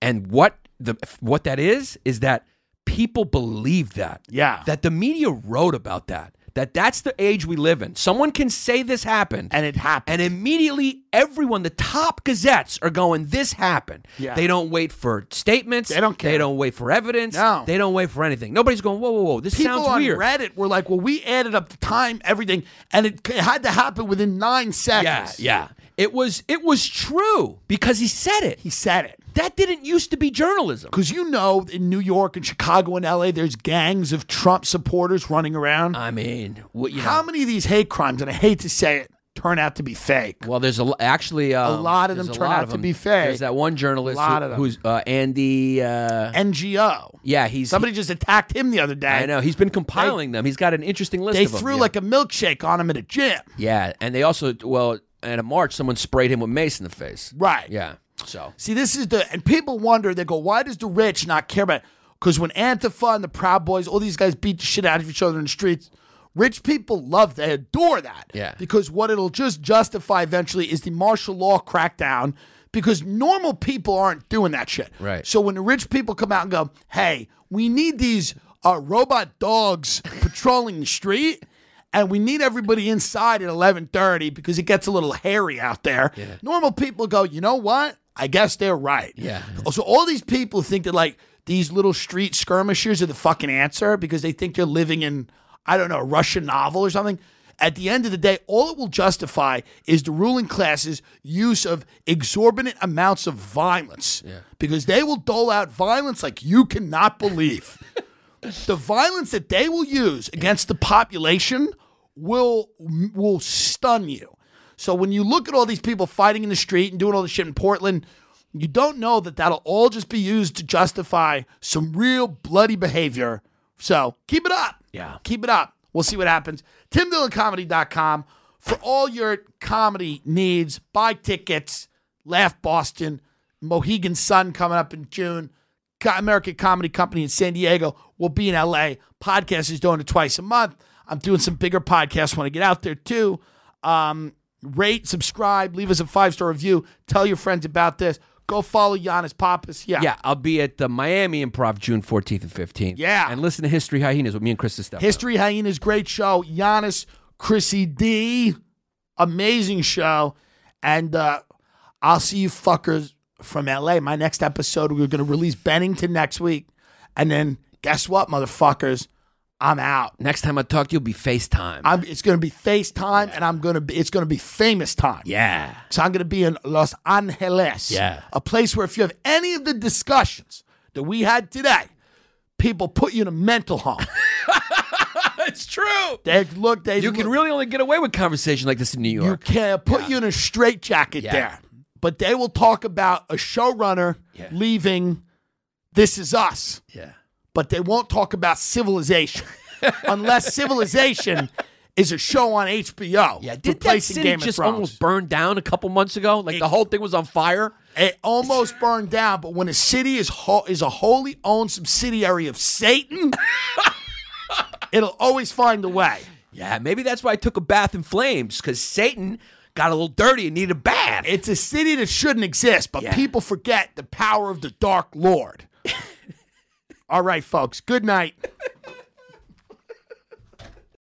D: and what the what that is is that people believe that.
C: Yeah.
D: That the media wrote about that. That that's the age we live in. Someone can say this happened.
C: and it happened.
D: And immediately, everyone, the top gazettes are going, this happened.
C: Yeah.
D: They don't wait for statements.
C: They don't care.
D: They don't wait for evidence.
C: No.
D: They don't wait for anything. Nobody's going, whoa, whoa, whoa, this
C: people
D: sounds
C: on
D: weird.
C: Reddit were like, well, we added up the time, everything, and it, c- had to happen within nine
D: yeah,
C: seconds.
D: yeah. It was, it was true because he said it.
C: He said it.
D: that didn't used to be journalism.
C: Because you know, in New York and Chicago and LA, there's gangs of Trump supporters running around.
D: I mean, what, you
C: How
D: know.
C: many of these hate crimes, and I hate to say it, turn out to be fake?
D: Well, there's a lo- actually um,
C: lot of
D: there's
C: them
D: a
C: turn
D: lot
C: out
D: of
C: to
D: them.
C: be fake.
D: There's that one journalist who-
C: Lot of them.
D: who's uh, Andy. Uh,
C: NGO.
D: yeah, he's
C: Somebody just attacked him the other day.
D: I know he's been compiling them. He's got an interesting list.
C: They
D: of them,
C: threw
D: yeah.
C: like a milkshake on him at a gym.
D: Yeah, and they also well, in a march, someone sprayed him with mace in the face.
C: Right.
D: Yeah. So
C: See, this is the and people wonder. They go, why does the rich not care about? Because when Antifa and the Proud Boys, all these guys beat the shit out of each other in the streets. Rich people love, they adore that.
D: Yeah.
C: Because what it'll just justify eventually is the martial law crackdown. Because normal people aren't doing that shit.
D: Right.
C: So when the rich people come out and go, "Hey, we need these uh, robot dogs patrolling the street." And we need everybody inside at eleven thirty because it gets a little hairy out there. Normal people go, you know what? I guess they're right. Oh,
D: Yeah.
C: So all these people think that like these little street skirmishers are the fucking answer because they think they're living in I don't know a Russian novel or something. At the end of the day, all it will justify is the ruling class's use of exorbitant amounts of violence because they will dole out violence like you cannot believe. the violence that they will use against the population will will stun you. So when you look at all these people fighting in the street and doing all this shit in Portland, you don't know that that'll all just be used to justify some real bloody behavior. So keep it up. Yeah. Keep it up. We'll see what happens. TimDillonComedy.com for all your comedy needs. Buy tickets. Laugh Boston. Mohegan Sun coming up in June. Co- American Comedy Company in San Diego. We'll be in LA. Podcast is doing it twice a month. I'm doing some bigger podcasts when I get out there too. Um, rate, subscribe, leave us a five star review. Tell your friends about this. Go follow Giannis Pappas. Yeah.
D: yeah, I'll be at the Miami Improv June 14th and 15th.
C: Yeah.
D: and listen to History Hyenas with me and Chris Stefano.
C: History Hyenas, great show. Giannis, Chrissy D, amazing show. And uh, I'll see you fuckers from LA. My next episode, we're going to release Bennington next week. And then guess what, motherfuckers? I'm out.
D: Next time I talk to you, it'll be FaceTime.
C: I'm, it's going to be FaceTime, and I'm going to be. It's going to be famous time.
D: yeah.
C: So I'm going to be in Los Angeles.
D: Yeah.
C: A place where if you have any of the discussions that we had today, people put you in a mental home.
D: It's true.
C: they look. They
D: You can
C: look-
D: really only get away with conversation like this in New
C: You
D: York.
C: can't put you in a straitjacket
D: Yeah.
C: there. But they will talk about a showrunner
D: Yeah.
C: leaving This Is Us,
D: yeah.
C: but they won't talk about Civilization unless Civilization is a show on HBO.
D: Yeah, did that
C: replacing
D: city
C: Game of
D: just
C: Thrones.
D: almost burn down a couple months ago? Like the
C: It-
D: whole thing was on fire.
C: It almost burned down, but when a city is ho- is a wholly owned subsidiary of Satan, it'll always find a way.
D: Yeah, maybe that's why I took a bath in flames because Satan got a little dirty and needed a bath.
C: It's a city that shouldn't exist, but
D: Yeah.
C: people forget the power of the Dark Lord. All right, folks. Good night.